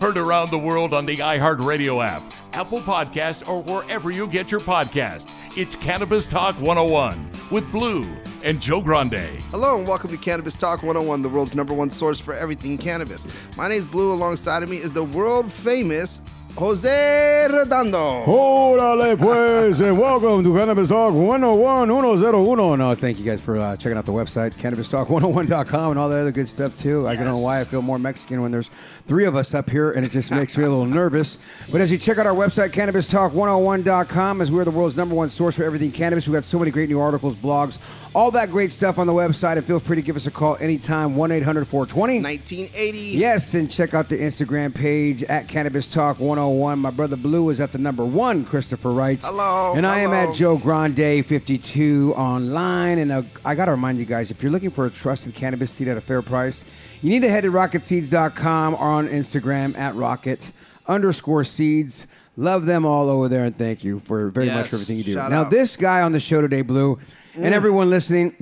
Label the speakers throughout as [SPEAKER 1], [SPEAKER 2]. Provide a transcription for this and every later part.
[SPEAKER 1] Heard around the world on the iHeartRadio app, Apple Podcast, or wherever you get your podcast. It's Cannabis Talk 101 with Blue and Joe Grande.
[SPEAKER 2] Hello and welcome to Cannabis Talk 101, the world's number one source for everything cannabis. My name's Blue. Alongside of me is the world famous Jose Redondo.
[SPEAKER 3] Hola, pues, and welcome to Cannabis Talk 101 101. And uh, thank you guys for uh, checking out the website, cannabistalk101.com, and all that other good stuff, too. I don't know
[SPEAKER 2] Yes.
[SPEAKER 3] why I feel more Mexican when there's three of us up here, and it just makes me a little nervous. But as you check out our website, cannabistalk101.com, as we're the world's number one source for everything cannabis, we've got so many great new articles, blogs, all that great stuff on the website. And feel free to give us a call anytime, 1 800 420
[SPEAKER 2] 1980.
[SPEAKER 3] Yes, and check out the Instagram page at Cannabis Talk 101. My brother Blue is at the number one, Christopher writes.
[SPEAKER 2] Hello,
[SPEAKER 3] And I am
[SPEAKER 2] hello.
[SPEAKER 3] at Joe Grande 52 online. And uh, I got to remind you guys if you're looking for a trusted cannabis seed at a fair price, you need to head to rocketseeds.com or on Instagram at rocket underscore seeds. Love them all over there, and thank you for very
[SPEAKER 2] Yes,
[SPEAKER 3] much for everything you do.
[SPEAKER 2] shout
[SPEAKER 3] now,
[SPEAKER 2] out. Mm.
[SPEAKER 3] this guy on the show today, Blue, and everyone listening,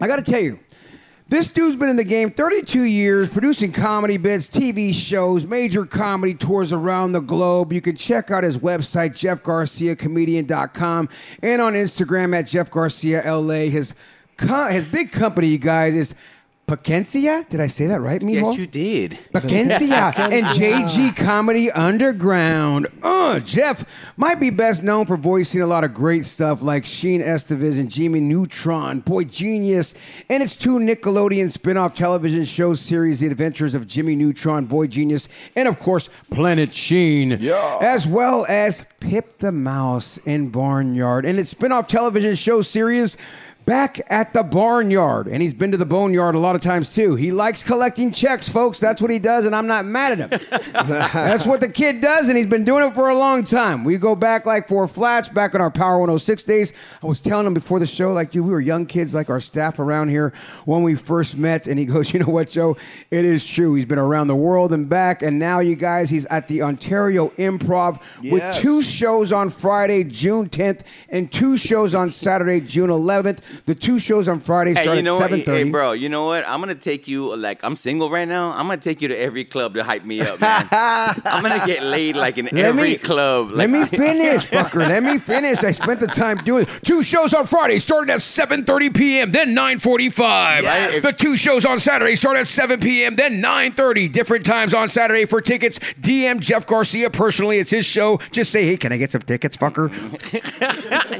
[SPEAKER 3] I got to tell you, this dude's been in the game 32 years, producing comedy bits, TV shows, major comedy tours around the globe. You can check out his website, jeffgarciacomedian.com, and on Instagram at Jeff Garcia LA. His, co- his big company, you guys, is Pacencia. Did I say that right, Mijo?
[SPEAKER 4] Yes, you did.
[SPEAKER 3] Bakencia and JG Comedy Underground. Uh, Jeff might be best known for voicing a lot of great stuff like Sheen Estevez and Jimmy Neutron, Boy Genius, and its two Nickelodeon spin-off television show series, The Adventures of Jimmy Neutron, Boy Genius, and of course, Planet Sheen. Yeah. As well as Pip the Mouse in Barnyard and its spin-off television show series, back at the barnyard and he's been to the boneyard a lot of times too he likes collecting checks folks that's what he does and i'm not mad at him that's what the kid does and he's been doing it for a long time we go back like four flats back on our power 106 days i was telling him before the show like dude we were young kids like our staff around here when we first met and he goes you know what joe it is true he's been around the world and back and now you guys he's at the ontario improv
[SPEAKER 2] Yes.
[SPEAKER 3] with two shows on Friday, June 10th, and two shows on Saturday, June 11th. The two shows on Friday start
[SPEAKER 4] Hey, you know
[SPEAKER 3] at
[SPEAKER 4] what?
[SPEAKER 3] 7:30.
[SPEAKER 4] Hey, hey, bro, you know what? I'm gonna take you. Like, I'm single right now. I'm gonna take you to every club to hype me up, man. I'm gonna get laid like in every club.
[SPEAKER 3] Let
[SPEAKER 4] Like,
[SPEAKER 3] me finish, fucker. Let me finish. I spent the time doing two shows on Friday, started at 7:30 p.m., then 9:45.
[SPEAKER 4] Yes.
[SPEAKER 3] The two shows on Saturday start at 7 p.m., then 9:30. Different times on Saturday for tickets. DM Jeff Garcia personally. It's his show. Just say, "Hey, can I get some tickets, fucker?"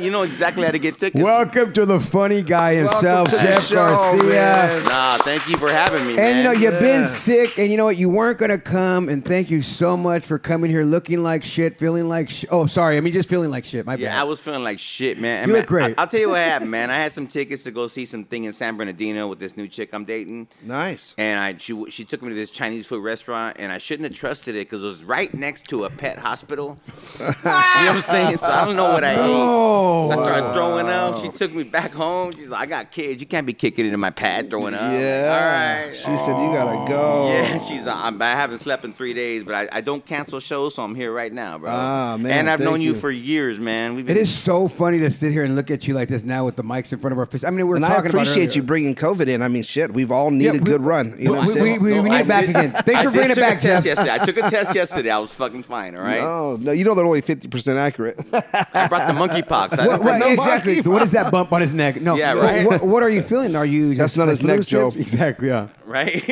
[SPEAKER 4] you know exactly how to get tickets.
[SPEAKER 3] Welcome to the funny guy
[SPEAKER 2] Welcome
[SPEAKER 3] himself,
[SPEAKER 2] to the
[SPEAKER 3] Jeff
[SPEAKER 2] show,
[SPEAKER 3] Garcia.
[SPEAKER 2] man.
[SPEAKER 4] Nah, thank you for having me, man.
[SPEAKER 3] And you know, you've been
[SPEAKER 2] Yeah.
[SPEAKER 3] sick, and you know what? You weren't going to come, and thank you so much for coming here looking like shit, feeling like sh- Oh, sorry. I mean, just feeling like shit. My bad.
[SPEAKER 4] Yeah, I was feeling like shit, man. And
[SPEAKER 3] You
[SPEAKER 4] man,
[SPEAKER 3] look great.
[SPEAKER 4] I, will tell you what happened, man. I had some tickets to go see something in San Bernardino with this new chick I'm dating.
[SPEAKER 2] Nice.
[SPEAKER 4] And I she she took me to this Chinese food restaurant, and I shouldn't have trusted it because it was right next to a pet hospital. you know what I'm saying? So I don't know what I ate. So I started throwing up. She took me back home. She's like, "I got kids. You can't be kicking it in my pad throwing up." I'm
[SPEAKER 2] uh,
[SPEAKER 4] like,
[SPEAKER 2] Yeah.
[SPEAKER 4] All right.
[SPEAKER 2] She said you gotta go.
[SPEAKER 3] Oh.
[SPEAKER 4] Yeah, she's. uh, I'm, I haven't slept in three days, but I, I don't cancel shows, so I'm here right now, bro.
[SPEAKER 2] Ah, man,
[SPEAKER 4] And I've
[SPEAKER 2] thank
[SPEAKER 4] known you.
[SPEAKER 2] you.
[SPEAKER 4] for years, man. We've been.
[SPEAKER 3] It is so funny to sit here and look at you like this now with the mics in front of our face. I mean, we we're
[SPEAKER 2] And I
[SPEAKER 3] talking about
[SPEAKER 2] appreciate
[SPEAKER 3] earlier.
[SPEAKER 2] you bringing COVID in. I mean, shit, we've all need
[SPEAKER 3] Yeah,
[SPEAKER 2] a
[SPEAKER 3] we-
[SPEAKER 2] good run. You know what I'm
[SPEAKER 3] we-
[SPEAKER 2] saying?
[SPEAKER 3] we- need it back again. Thanks
[SPEAKER 4] I
[SPEAKER 3] for
[SPEAKER 4] did
[SPEAKER 3] bringing it
[SPEAKER 4] took a
[SPEAKER 3] back,
[SPEAKER 4] test
[SPEAKER 3] Jeff.
[SPEAKER 4] Yesterday. I took a test yesterday. I was fucking fine. All right.
[SPEAKER 2] No, no, you know they're only fifty percent accurate.
[SPEAKER 4] I brought the monkeypox. I
[SPEAKER 3] What, what-
[SPEAKER 2] No
[SPEAKER 3] exactly.
[SPEAKER 2] monkey.
[SPEAKER 3] What is that bump on his neck? No.
[SPEAKER 4] Yeah,
[SPEAKER 3] what-
[SPEAKER 4] right.
[SPEAKER 3] What, what are you feeling? Are you?
[SPEAKER 2] That's
[SPEAKER 3] just
[SPEAKER 2] not
[SPEAKER 3] like
[SPEAKER 2] his neck,
[SPEAKER 3] loose
[SPEAKER 2] Joe.
[SPEAKER 3] lips? Exactly. Yeah.
[SPEAKER 4] right?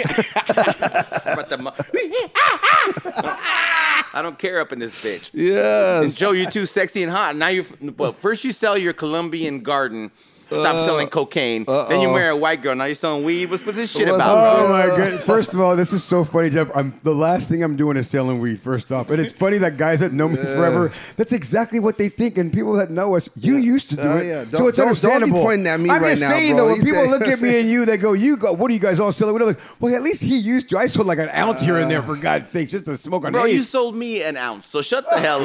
[SPEAKER 4] But the mo- I don't care up in this bitch. And
[SPEAKER 2] yes.
[SPEAKER 4] Joe, you're too sexy and hot. Now you, well, first you sell your Colombian garden. Stop selling cocaine. Then you marry a white girl. Now you're selling weed. What's, what's this shit
[SPEAKER 2] What's
[SPEAKER 4] about?
[SPEAKER 3] Oh
[SPEAKER 2] Uh,
[SPEAKER 3] my god! First of all, this is so funny, Jeff. I'm the last thing I'm doing is selling weed. First off, and it's funny that guys that know me forever, that's exactly what they think, and people that know us, you used to do
[SPEAKER 2] Oh,
[SPEAKER 3] it,
[SPEAKER 2] yeah. Don't-
[SPEAKER 3] so it's
[SPEAKER 2] don't- don't be
[SPEAKER 3] understandable.
[SPEAKER 2] pointing at me
[SPEAKER 3] I'm
[SPEAKER 2] right
[SPEAKER 3] just
[SPEAKER 2] now,
[SPEAKER 3] saying
[SPEAKER 2] bro.
[SPEAKER 3] though, when
[SPEAKER 2] You
[SPEAKER 3] people
[SPEAKER 2] say-
[SPEAKER 3] look at me and you, they go, "You go, what do you guys all selling?" What are they- well, at least he used to. I sold like an ounce here and there
[SPEAKER 2] Uh.
[SPEAKER 3] for God's sake, just to smoke on.
[SPEAKER 4] Bro, you
[SPEAKER 3] eighth.
[SPEAKER 4] sold me an ounce, so shut the hell up.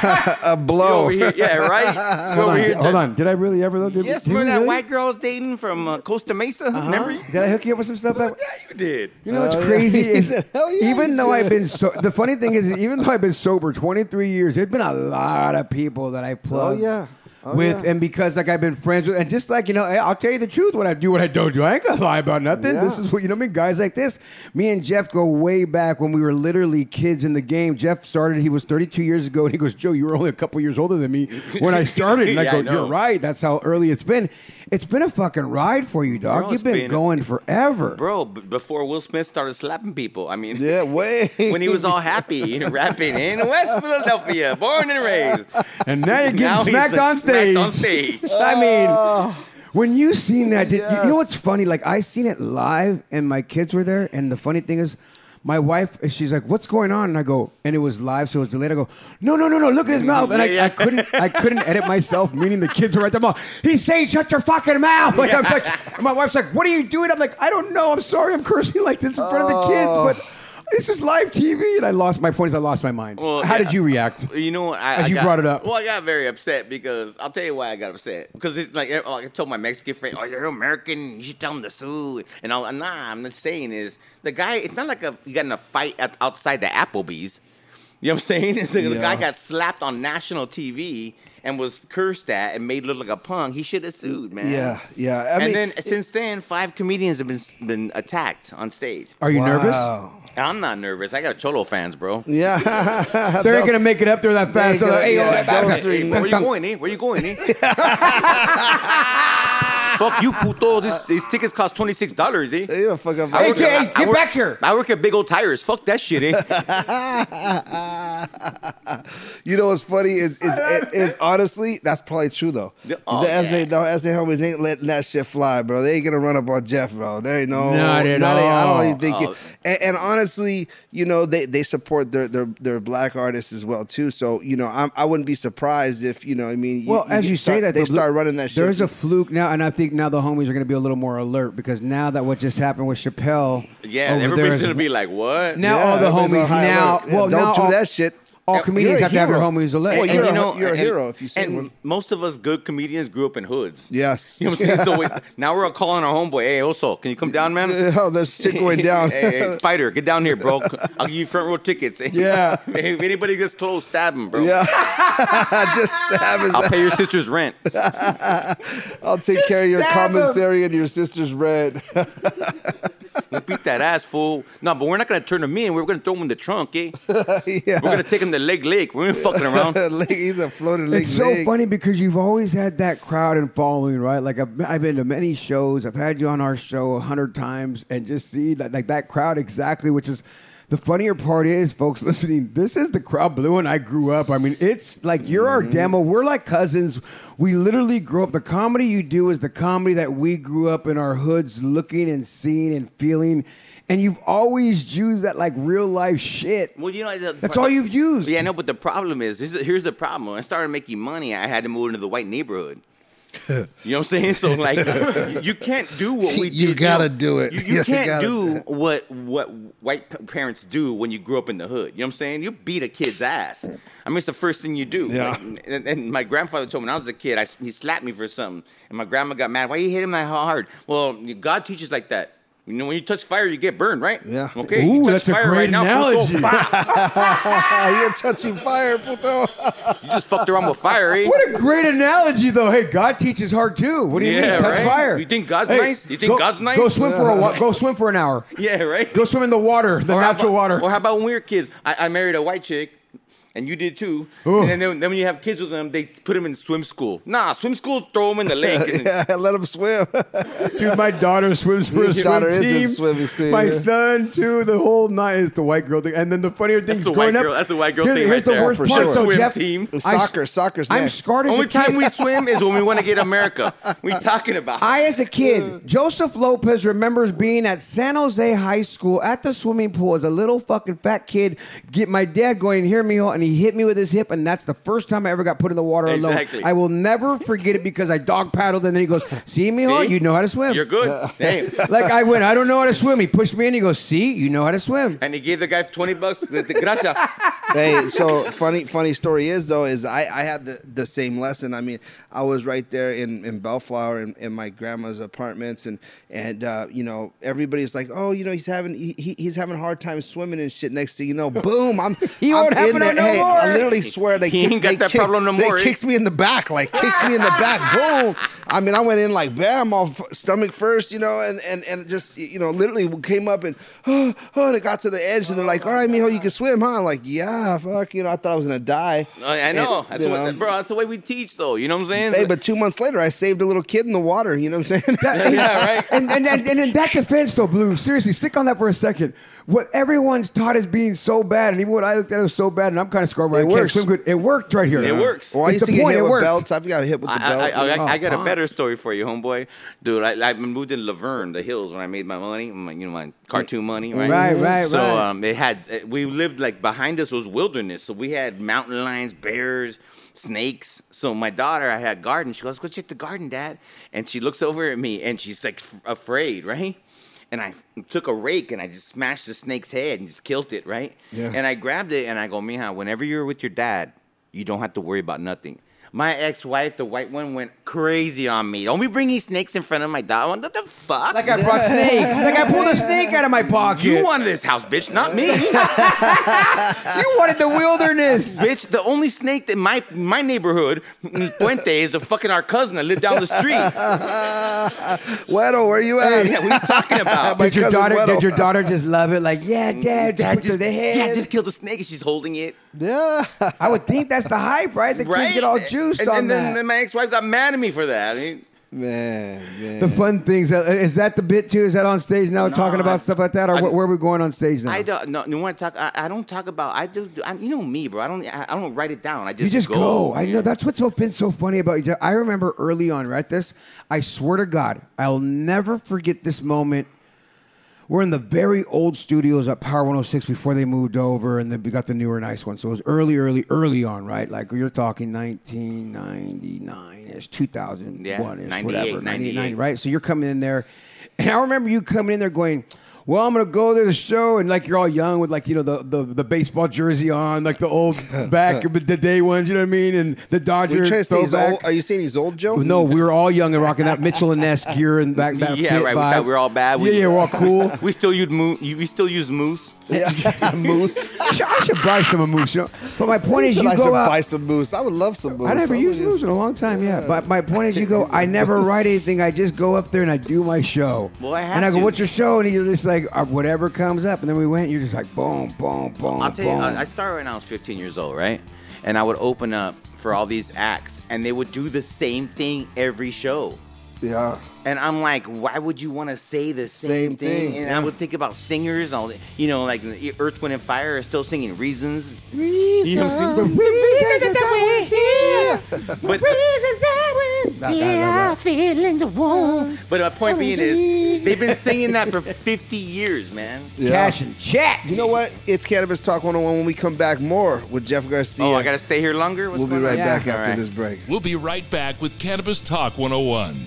[SPEAKER 4] bro.
[SPEAKER 2] a
[SPEAKER 4] You
[SPEAKER 2] blow.
[SPEAKER 4] over here, yeah, right? You
[SPEAKER 3] hold
[SPEAKER 4] over
[SPEAKER 3] on,
[SPEAKER 4] here
[SPEAKER 3] hold on. Did I really ever though? Did,
[SPEAKER 4] Yes,
[SPEAKER 3] did we
[SPEAKER 4] remember that
[SPEAKER 3] really?
[SPEAKER 4] white girl I was dating from uh, Costa Mesa?
[SPEAKER 3] Uh-huh.
[SPEAKER 4] Remember?
[SPEAKER 3] Huh? Did I hook you up with some stuff?
[SPEAKER 4] Yeah,
[SPEAKER 3] That-
[SPEAKER 4] you did.
[SPEAKER 3] You know what's
[SPEAKER 2] Hell yeah.
[SPEAKER 3] crazy is
[SPEAKER 2] Hell yeah,
[SPEAKER 3] even
[SPEAKER 2] you
[SPEAKER 3] though I've
[SPEAKER 2] did.
[SPEAKER 3] been so the funny thing is even though I've been sober 23 years, there's been a lot of people that I plugged
[SPEAKER 2] yeah. Oh,
[SPEAKER 3] with
[SPEAKER 2] yeah.
[SPEAKER 3] and because like I've been friends with and just like you know I- I'll tell you the truth what I do what I don't do I ain't gonna lie about nothing.
[SPEAKER 2] Yeah.
[SPEAKER 3] This is what you know what I mean guys like this. Me and Jeff go way back when we were literally kids in the game. Jeff started he was 32 years ago and he goes Joe you were only a couple years older than me when I started and I
[SPEAKER 4] Yeah,
[SPEAKER 3] go
[SPEAKER 4] I know.
[SPEAKER 3] you're right that's how early it's been. It's been a fucking ride for you dog.
[SPEAKER 4] Bro,
[SPEAKER 3] You've
[SPEAKER 4] it's
[SPEAKER 3] been,
[SPEAKER 4] been-
[SPEAKER 3] going forever.
[SPEAKER 4] Bro, b- before Will Smith started slapping people, I mean,
[SPEAKER 2] Yeah, way.
[SPEAKER 4] when he was all happy, you know, rapping in West Philadelphia, born and raised.
[SPEAKER 3] And now you're getting
[SPEAKER 4] Now he's,
[SPEAKER 3] smacked,
[SPEAKER 4] like,
[SPEAKER 3] on stage.
[SPEAKER 4] smacked on stage.
[SPEAKER 3] I mean, when you seen that, did, you, you know what's
[SPEAKER 2] Oh. Yes.
[SPEAKER 3] funny? Like I seen it live, and my kids were there. And the funny thing is, my wife, she's like, "What's going on?" And I go, and it was live, so it was delayed. I go, "No, no, no, no! Look at his mouth!" And I,
[SPEAKER 4] Yeah, yeah.
[SPEAKER 3] I couldn't, I couldn't edit myself. Meaning the kids were right there. "Mom, He's saying, "Shut your fucking mouth!" Like I'm like, and my wife's like, "What are you doing?" I'm like, "I don't know. I'm sorry. I'm cursing like this in front of the
[SPEAKER 2] Oh.
[SPEAKER 3] kids, but." This is live TV, and I lost my point. Is I lost my mind.
[SPEAKER 4] Well,
[SPEAKER 3] How
[SPEAKER 4] yeah.
[SPEAKER 3] did you react?
[SPEAKER 4] You know, what? I,
[SPEAKER 3] As
[SPEAKER 4] I
[SPEAKER 3] you
[SPEAKER 4] got-
[SPEAKER 3] brought it up.
[SPEAKER 4] Well, I got very upset because I'll tell you why I got upset. Because it's like, eh, like I told my Mexican friend, "Oh, you're American. You should tell them to sue." And I'll, nah, I'm just saying is the guy. It's not like a, you got in a fight at, outside the Applebee's. You know what I'm saying? It's like The guy
[SPEAKER 2] Yeah.
[SPEAKER 4] got slapped on national TV and was cursed at and made look like a punk. He should have sued, man.
[SPEAKER 2] Yeah, yeah. I
[SPEAKER 4] and
[SPEAKER 2] mean,
[SPEAKER 4] then since then, five comedians have been been attacked on stage.
[SPEAKER 3] Are you nervous?
[SPEAKER 2] Wow.
[SPEAKER 4] And I'm not nervous. I got Cholo fans, bro.
[SPEAKER 2] Yeah.
[SPEAKER 3] They're gonna make it up there that fast.
[SPEAKER 2] They're
[SPEAKER 3] They're like,
[SPEAKER 2] gonna-
[SPEAKER 3] "Hey,
[SPEAKER 2] yeah,
[SPEAKER 3] yo,
[SPEAKER 2] they're
[SPEAKER 3] back up."
[SPEAKER 2] three
[SPEAKER 4] Hey, where you going, eh? Where you going, eh? Fuck you, puto. This, these tickets cost twenty six dollars, eh?
[SPEAKER 2] You don't fuck up.
[SPEAKER 3] Hey,
[SPEAKER 4] work
[SPEAKER 3] kid,
[SPEAKER 4] at-
[SPEAKER 3] get
[SPEAKER 4] work-
[SPEAKER 3] back here.
[SPEAKER 4] I work at Big Old Tires. Fuck that shit, eh?
[SPEAKER 2] you know what's funny is is is honestly that's probably true though.
[SPEAKER 4] Yeah, oh,
[SPEAKER 2] the SA
[SPEAKER 4] yeah.
[SPEAKER 2] the SA homies ain't letting that shit fly, bro. They ain't gonna run up on Jeff, bro. There ain't no
[SPEAKER 3] Not at
[SPEAKER 2] a- I
[SPEAKER 3] all.
[SPEAKER 2] don't even think
[SPEAKER 4] Oh.
[SPEAKER 2] it. And, and honestly, you know they they support their their their black artists as well too. So you know I'm, I wouldn't be surprised if you know I mean.
[SPEAKER 3] Well, as
[SPEAKER 2] get-
[SPEAKER 3] you say
[SPEAKER 2] start-
[SPEAKER 3] that,
[SPEAKER 2] they
[SPEAKER 3] the-
[SPEAKER 2] start running that shit.
[SPEAKER 3] There's a fluke now, and I think now the homies are going to be a little more alert because now that what just happened with Chappelle,
[SPEAKER 4] yeah,
[SPEAKER 3] over there
[SPEAKER 4] everybody's
[SPEAKER 3] is-
[SPEAKER 4] gonna be like, what?
[SPEAKER 3] now
[SPEAKER 2] Yeah,
[SPEAKER 3] all the
[SPEAKER 2] everybody's on
[SPEAKER 3] homies
[SPEAKER 2] high
[SPEAKER 3] now.
[SPEAKER 2] alert. Yeah,
[SPEAKER 3] well,
[SPEAKER 2] don't
[SPEAKER 3] now
[SPEAKER 2] do
[SPEAKER 3] all-
[SPEAKER 2] that shit.
[SPEAKER 3] All
[SPEAKER 2] You're
[SPEAKER 3] comedians
[SPEAKER 2] a
[SPEAKER 3] have to have their
[SPEAKER 2] hero.
[SPEAKER 3] homies alert.
[SPEAKER 2] Well,
[SPEAKER 3] And
[SPEAKER 2] you're
[SPEAKER 3] you
[SPEAKER 2] a-
[SPEAKER 3] know-
[SPEAKER 2] you're a
[SPEAKER 4] and-
[SPEAKER 2] hero if you say
[SPEAKER 4] And
[SPEAKER 2] one.
[SPEAKER 4] most of us good comedians grew up in hoods.
[SPEAKER 2] Yes.
[SPEAKER 4] You know what I'm saying? So we, now we're all calling our homeboy, hey, Oso, can you come down, man?
[SPEAKER 2] Oh, there's shit going down.
[SPEAKER 4] hey, hey, Spider, get down here, bro. I'll give you front row tickets.
[SPEAKER 3] Yeah.
[SPEAKER 4] if anybody gets close, stab him, bro.
[SPEAKER 2] Yeah. Just stab his
[SPEAKER 4] I'll pay your sister's rent.
[SPEAKER 2] I'll take care of your
[SPEAKER 3] stab him.
[SPEAKER 2] commissary and your sister's rent.
[SPEAKER 4] Beat that ass, fool. No, but we're not gonna turn him in. We're gonna throw him in the trunk, eh?
[SPEAKER 2] yeah.
[SPEAKER 4] We're gonna take him to Lake Lake. We ain't fucking around.
[SPEAKER 2] Leg- He's a floating leg.
[SPEAKER 3] It's so funny because you've always had that crowd and following, right? Like I've, I've been to many shows, I've had you on our show a hundred times, and just see that like that crowd exactly, which is The funnier part is, folks listening, this is the crowd Blue and I grew up. I mean, it's like you're our demo. We're like cousins. We literally grew up. The comedy you do is the comedy that we grew up in our hoods looking and seeing and feeling. And you've always used that like real life shit.
[SPEAKER 4] Well, you know the
[SPEAKER 3] That's all you've used.
[SPEAKER 4] Yeah, I know, but the problem is, this is here's the problem. When I started making money, I had to move into the white neighborhood. You know what I'm saying? So like, you- you can't do what we
[SPEAKER 5] You
[SPEAKER 4] did.
[SPEAKER 5] gotta
[SPEAKER 4] know,
[SPEAKER 5] do it.
[SPEAKER 4] You, you
[SPEAKER 5] You
[SPEAKER 4] can't
[SPEAKER 5] gotta
[SPEAKER 4] do
[SPEAKER 5] do it.
[SPEAKER 4] what what white p- parents do when you grew up in the hood. You know what I'm saying? You beat a kid's ass. I mean, it's the first thing you do.
[SPEAKER 2] Yeah.
[SPEAKER 4] Like, and, and my grandfather told me when I was a kid, I, he slapped me for something, and my grandma got mad. Why you hit him that hard? Well, God teaches like that. You know, when you touch fire, you get burned, right?
[SPEAKER 2] Yeah.
[SPEAKER 4] Okay. you
[SPEAKER 3] Ooh,
[SPEAKER 4] touch
[SPEAKER 3] that's a
[SPEAKER 4] fire
[SPEAKER 3] great
[SPEAKER 4] right now,
[SPEAKER 3] analogy.
[SPEAKER 4] puto, bah!
[SPEAKER 2] Ah, You're touching fire, puto.
[SPEAKER 4] You just fucked around with fire, eh?
[SPEAKER 3] What a great analogy, though. Hey, God teaches hard too. What do you
[SPEAKER 4] Yeah,
[SPEAKER 3] mean? Touch
[SPEAKER 4] right?
[SPEAKER 3] fire.
[SPEAKER 4] You think God's
[SPEAKER 3] Hey,
[SPEAKER 4] nice? You think
[SPEAKER 3] go-
[SPEAKER 4] God's nice?
[SPEAKER 3] Go swim for a wa- go swim for an hour.
[SPEAKER 4] Yeah, right.
[SPEAKER 3] Go swim in the water, the
[SPEAKER 4] how
[SPEAKER 3] natural
[SPEAKER 4] about-
[SPEAKER 3] water.
[SPEAKER 4] Or how about when we were kids? I, I married a white chick, and you did too. And then, then when you have kids with them, they put them in swim school. Nah, swim school, throw them in the lake. And,
[SPEAKER 2] yeah, let him swim.
[SPEAKER 3] Dude, my daughter swims for
[SPEAKER 2] His
[SPEAKER 3] a swim
[SPEAKER 2] daughter is in
[SPEAKER 3] team.
[SPEAKER 2] swimming team,
[SPEAKER 3] my
[SPEAKER 2] yeah.
[SPEAKER 3] son too. The whole night is the white girl thing. And then the funnier thing
[SPEAKER 4] That's
[SPEAKER 3] is
[SPEAKER 4] the white
[SPEAKER 3] growing
[SPEAKER 4] girl-
[SPEAKER 3] up.
[SPEAKER 4] that's the white girl
[SPEAKER 3] here's,
[SPEAKER 4] thing
[SPEAKER 3] here's
[SPEAKER 4] right
[SPEAKER 3] the
[SPEAKER 4] there,
[SPEAKER 3] worst
[SPEAKER 2] for
[SPEAKER 3] part,
[SPEAKER 2] sure.
[SPEAKER 3] though,
[SPEAKER 4] Swim
[SPEAKER 3] Jeff.
[SPEAKER 4] team.
[SPEAKER 2] Soccer, soccer's
[SPEAKER 3] I'm
[SPEAKER 2] next.
[SPEAKER 3] scarred. as a
[SPEAKER 4] Only
[SPEAKER 3] kid.
[SPEAKER 4] time we swim is when we want to get America. We talking about?
[SPEAKER 3] I, as a kid, Joseph Lopez remembers being at San Jose High School at the swimming pool as a little fucking fat kid. Get my dad going, hear me, out," and he hit me with his hip, and that's the first time I ever got put in the water
[SPEAKER 4] Exactly.
[SPEAKER 3] alone. I will never forget it because I dog paddled, and then he goes, "See, mijo,
[SPEAKER 4] See?
[SPEAKER 3] you know how to swim."
[SPEAKER 4] You're good. Hey.
[SPEAKER 3] Like I went, I don't know how to swim. He pushed me in. He goes, "See, you know how to swim."
[SPEAKER 4] And he gave the guy twenty bucks. Gracias.
[SPEAKER 2] hey, so funny funny story is though is I, I had the, the same lesson. I mean, I was right there in, in Bellflower in, in my grandma's apartments and and uh, you know, everybody's like, "Oh, you know, he's having he, he- he's having a hard time swimming and shit." Next thing you know, boom, I'm
[SPEAKER 3] He
[SPEAKER 2] I'm
[SPEAKER 3] won't have
[SPEAKER 2] in
[SPEAKER 3] it
[SPEAKER 2] there.
[SPEAKER 3] no
[SPEAKER 2] hey,
[SPEAKER 3] more.
[SPEAKER 2] I literally swear they
[SPEAKER 4] He
[SPEAKER 2] kick-
[SPEAKER 4] ain't got
[SPEAKER 2] they
[SPEAKER 4] that
[SPEAKER 2] kick-
[SPEAKER 4] problem no more, eh?
[SPEAKER 2] They kicked me in the back, like kicks me in the back. Boom. I mean, I went in like bam, off stomach first, you know, and and and just you know, literally came up and oh, oh, and it got to the edge, and they're like, "All right, mijo, you can swim, huh?" I'm like, yeah, fuck, you know, I thought I was gonna die.
[SPEAKER 4] Oh, I I know.
[SPEAKER 2] And,
[SPEAKER 4] That's
[SPEAKER 2] you
[SPEAKER 4] what,
[SPEAKER 2] know,
[SPEAKER 4] bro. That's the way we teach, though. You know what I'm saying?
[SPEAKER 2] Hey, but two months later, I saved a little kid in the water. You know what I'm saying?
[SPEAKER 4] yeah, right.
[SPEAKER 3] and, and, and, and in that defense, though, Blue, seriously, stick on that for a second. What everyone's taught as being so bad, and even what I looked at as so bad, and I'm kind of scarred by
[SPEAKER 2] It
[SPEAKER 3] it. I can't
[SPEAKER 2] works.
[SPEAKER 3] swim good. It worked right here.
[SPEAKER 4] It works.
[SPEAKER 2] well, I
[SPEAKER 3] It's
[SPEAKER 2] used to
[SPEAKER 3] the
[SPEAKER 2] get
[SPEAKER 3] point,
[SPEAKER 2] hit
[SPEAKER 3] it
[SPEAKER 2] with
[SPEAKER 3] worked.
[SPEAKER 2] belts. I've got hit with the belt.
[SPEAKER 4] I, I, I, I
[SPEAKER 3] Oh,
[SPEAKER 4] got a
[SPEAKER 3] fuck.
[SPEAKER 4] better story for you, homeboy. Dude, I, I moved in Laverne, the hills, when I made my money, my, you know, my cartoon money, right?
[SPEAKER 3] Right, right,
[SPEAKER 4] So
[SPEAKER 3] right.
[SPEAKER 4] um, it had uh, we lived like behind us was wilderness, so we had mountain lions, bears, snakes. So my daughter, I had garden. She goes, "Go check the garden, Dad," and she looks over at me and she's like f- afraid, right? And I f- took a rake and I just smashed the snake's head and just killed it, right? Yeah. And I grabbed it and I go, Mija, whenever you're with your dad, you don't have to worry about nothing. My ex-wife, the white one, went crazy on me. Don't be bringing snakes in front of my dog. What the fuck?
[SPEAKER 3] Like I brought snakes. Like I pulled a snake out of my pocket.
[SPEAKER 4] you wanted this house, bitch, not me.
[SPEAKER 3] You wanted the wilderness.
[SPEAKER 4] Bitch, the only snake that my my neighborhood, Puente, is a fucking our cousin that lived down the street.
[SPEAKER 2] Weddle, where you at?
[SPEAKER 4] Yeah, what are you talking about?
[SPEAKER 2] My
[SPEAKER 3] Did your
[SPEAKER 2] cousin
[SPEAKER 3] daughter?
[SPEAKER 2] Weddle.
[SPEAKER 3] Did your daughter just love it? Like, yeah, dad,
[SPEAKER 4] Mm, Dad
[SPEAKER 3] put to
[SPEAKER 4] just,
[SPEAKER 3] the head.
[SPEAKER 4] yeah, just killed a snake and she's holding it.
[SPEAKER 2] yeah.
[SPEAKER 3] I would think that's the hype, right? The
[SPEAKER 4] Right?
[SPEAKER 3] kids get all juiced
[SPEAKER 4] and,
[SPEAKER 3] on
[SPEAKER 4] and then,
[SPEAKER 3] that.
[SPEAKER 4] then my ex-wife got mad at me for that. I mean,
[SPEAKER 2] man, man.
[SPEAKER 3] the fun things. uh, Is that the bit too? Is that on stage now? talking about
[SPEAKER 4] I-
[SPEAKER 3] stuff like that, or
[SPEAKER 4] I-
[SPEAKER 3] wh- where are we going on stage now?
[SPEAKER 4] I don't. No, you want to talk? I, I don't talk about. I do. I, you know me, bro. I don't. I, I don't write it down. I just.
[SPEAKER 3] You just go. I know that's what's so- been so funny about you. I remember early on, right? This, I swear to God, I'll never forget this moment. We're in the very old studios at Power 106 before they moved over, and then we got the newer, nice one. So it was early, early, early on, right? Like you're talking 1999 ish, 2001
[SPEAKER 4] Yeah,
[SPEAKER 3] ish,
[SPEAKER 4] 98,
[SPEAKER 3] whatever, 98,
[SPEAKER 4] 98.
[SPEAKER 3] right? So you're coming in there, and I remember you coming in there going. Well, I'm gonna go to the show, and like you're all young with like you know the the, the baseball jersey on, like the old back of the day ones, you know what I mean, and the
[SPEAKER 2] Are you
[SPEAKER 3] Dodgers
[SPEAKER 2] trying to say he's
[SPEAKER 3] throwback.
[SPEAKER 2] old? Are you saying he's old,
[SPEAKER 4] uh,
[SPEAKER 2] Joe?
[SPEAKER 3] No, we were all young and rocking that Mitchell and Ness gear and back that
[SPEAKER 4] Yeah,
[SPEAKER 3] fit
[SPEAKER 4] right. We
[SPEAKER 3] vibe.
[SPEAKER 4] thought we were all bad.
[SPEAKER 3] Yeah,
[SPEAKER 4] We-
[SPEAKER 3] yeah, we're all cool.
[SPEAKER 4] We still use moose. We still use moose.
[SPEAKER 2] Yeah. moose.
[SPEAKER 3] I should, I should buy some of Moose. you know. But my point is,
[SPEAKER 2] Should
[SPEAKER 3] you
[SPEAKER 2] I
[SPEAKER 3] go
[SPEAKER 2] should
[SPEAKER 3] out.
[SPEAKER 2] buy some moose. I would love some moose.
[SPEAKER 3] I never
[SPEAKER 2] would
[SPEAKER 3] used
[SPEAKER 2] just-
[SPEAKER 3] Moose in a long time. Yeah. But my point is, you go. I never write anything. I just go up there and I do my show.
[SPEAKER 4] Well, I have
[SPEAKER 3] and I go,
[SPEAKER 4] to.
[SPEAKER 3] "What's your show?" And he's just like, uh, "Whatever comes up." And then we went. And you're just like, boom, boom, boom,
[SPEAKER 4] I'll tell
[SPEAKER 3] boom.
[SPEAKER 4] you, uh, I I started when I was 15 years old, right? And I would open up for all these acts, and they would do the same thing every show.
[SPEAKER 2] Yeah.
[SPEAKER 4] And I'm like, why would you want to say the
[SPEAKER 2] Same
[SPEAKER 4] same,
[SPEAKER 2] thing,
[SPEAKER 4] And I
[SPEAKER 2] yeah.
[SPEAKER 4] would think about singers, all the- you know, like Earth, Wind, and Fire are still singing reasons. You know what I'm saying? But,
[SPEAKER 2] Yeah.
[SPEAKER 4] but my point being is, they've been singing that for 50 years, man.
[SPEAKER 3] Cash and check.
[SPEAKER 2] You know what? It's Cannabis Talk 101. When we come back, more with Jeff Garcia.
[SPEAKER 4] Oh, I gotta stay here longer. What's
[SPEAKER 2] we'll be
[SPEAKER 4] going
[SPEAKER 2] right
[SPEAKER 4] on?
[SPEAKER 2] back
[SPEAKER 4] All
[SPEAKER 2] after
[SPEAKER 4] right.
[SPEAKER 2] this break.
[SPEAKER 1] We'll be right back with Cannabis Talk 101.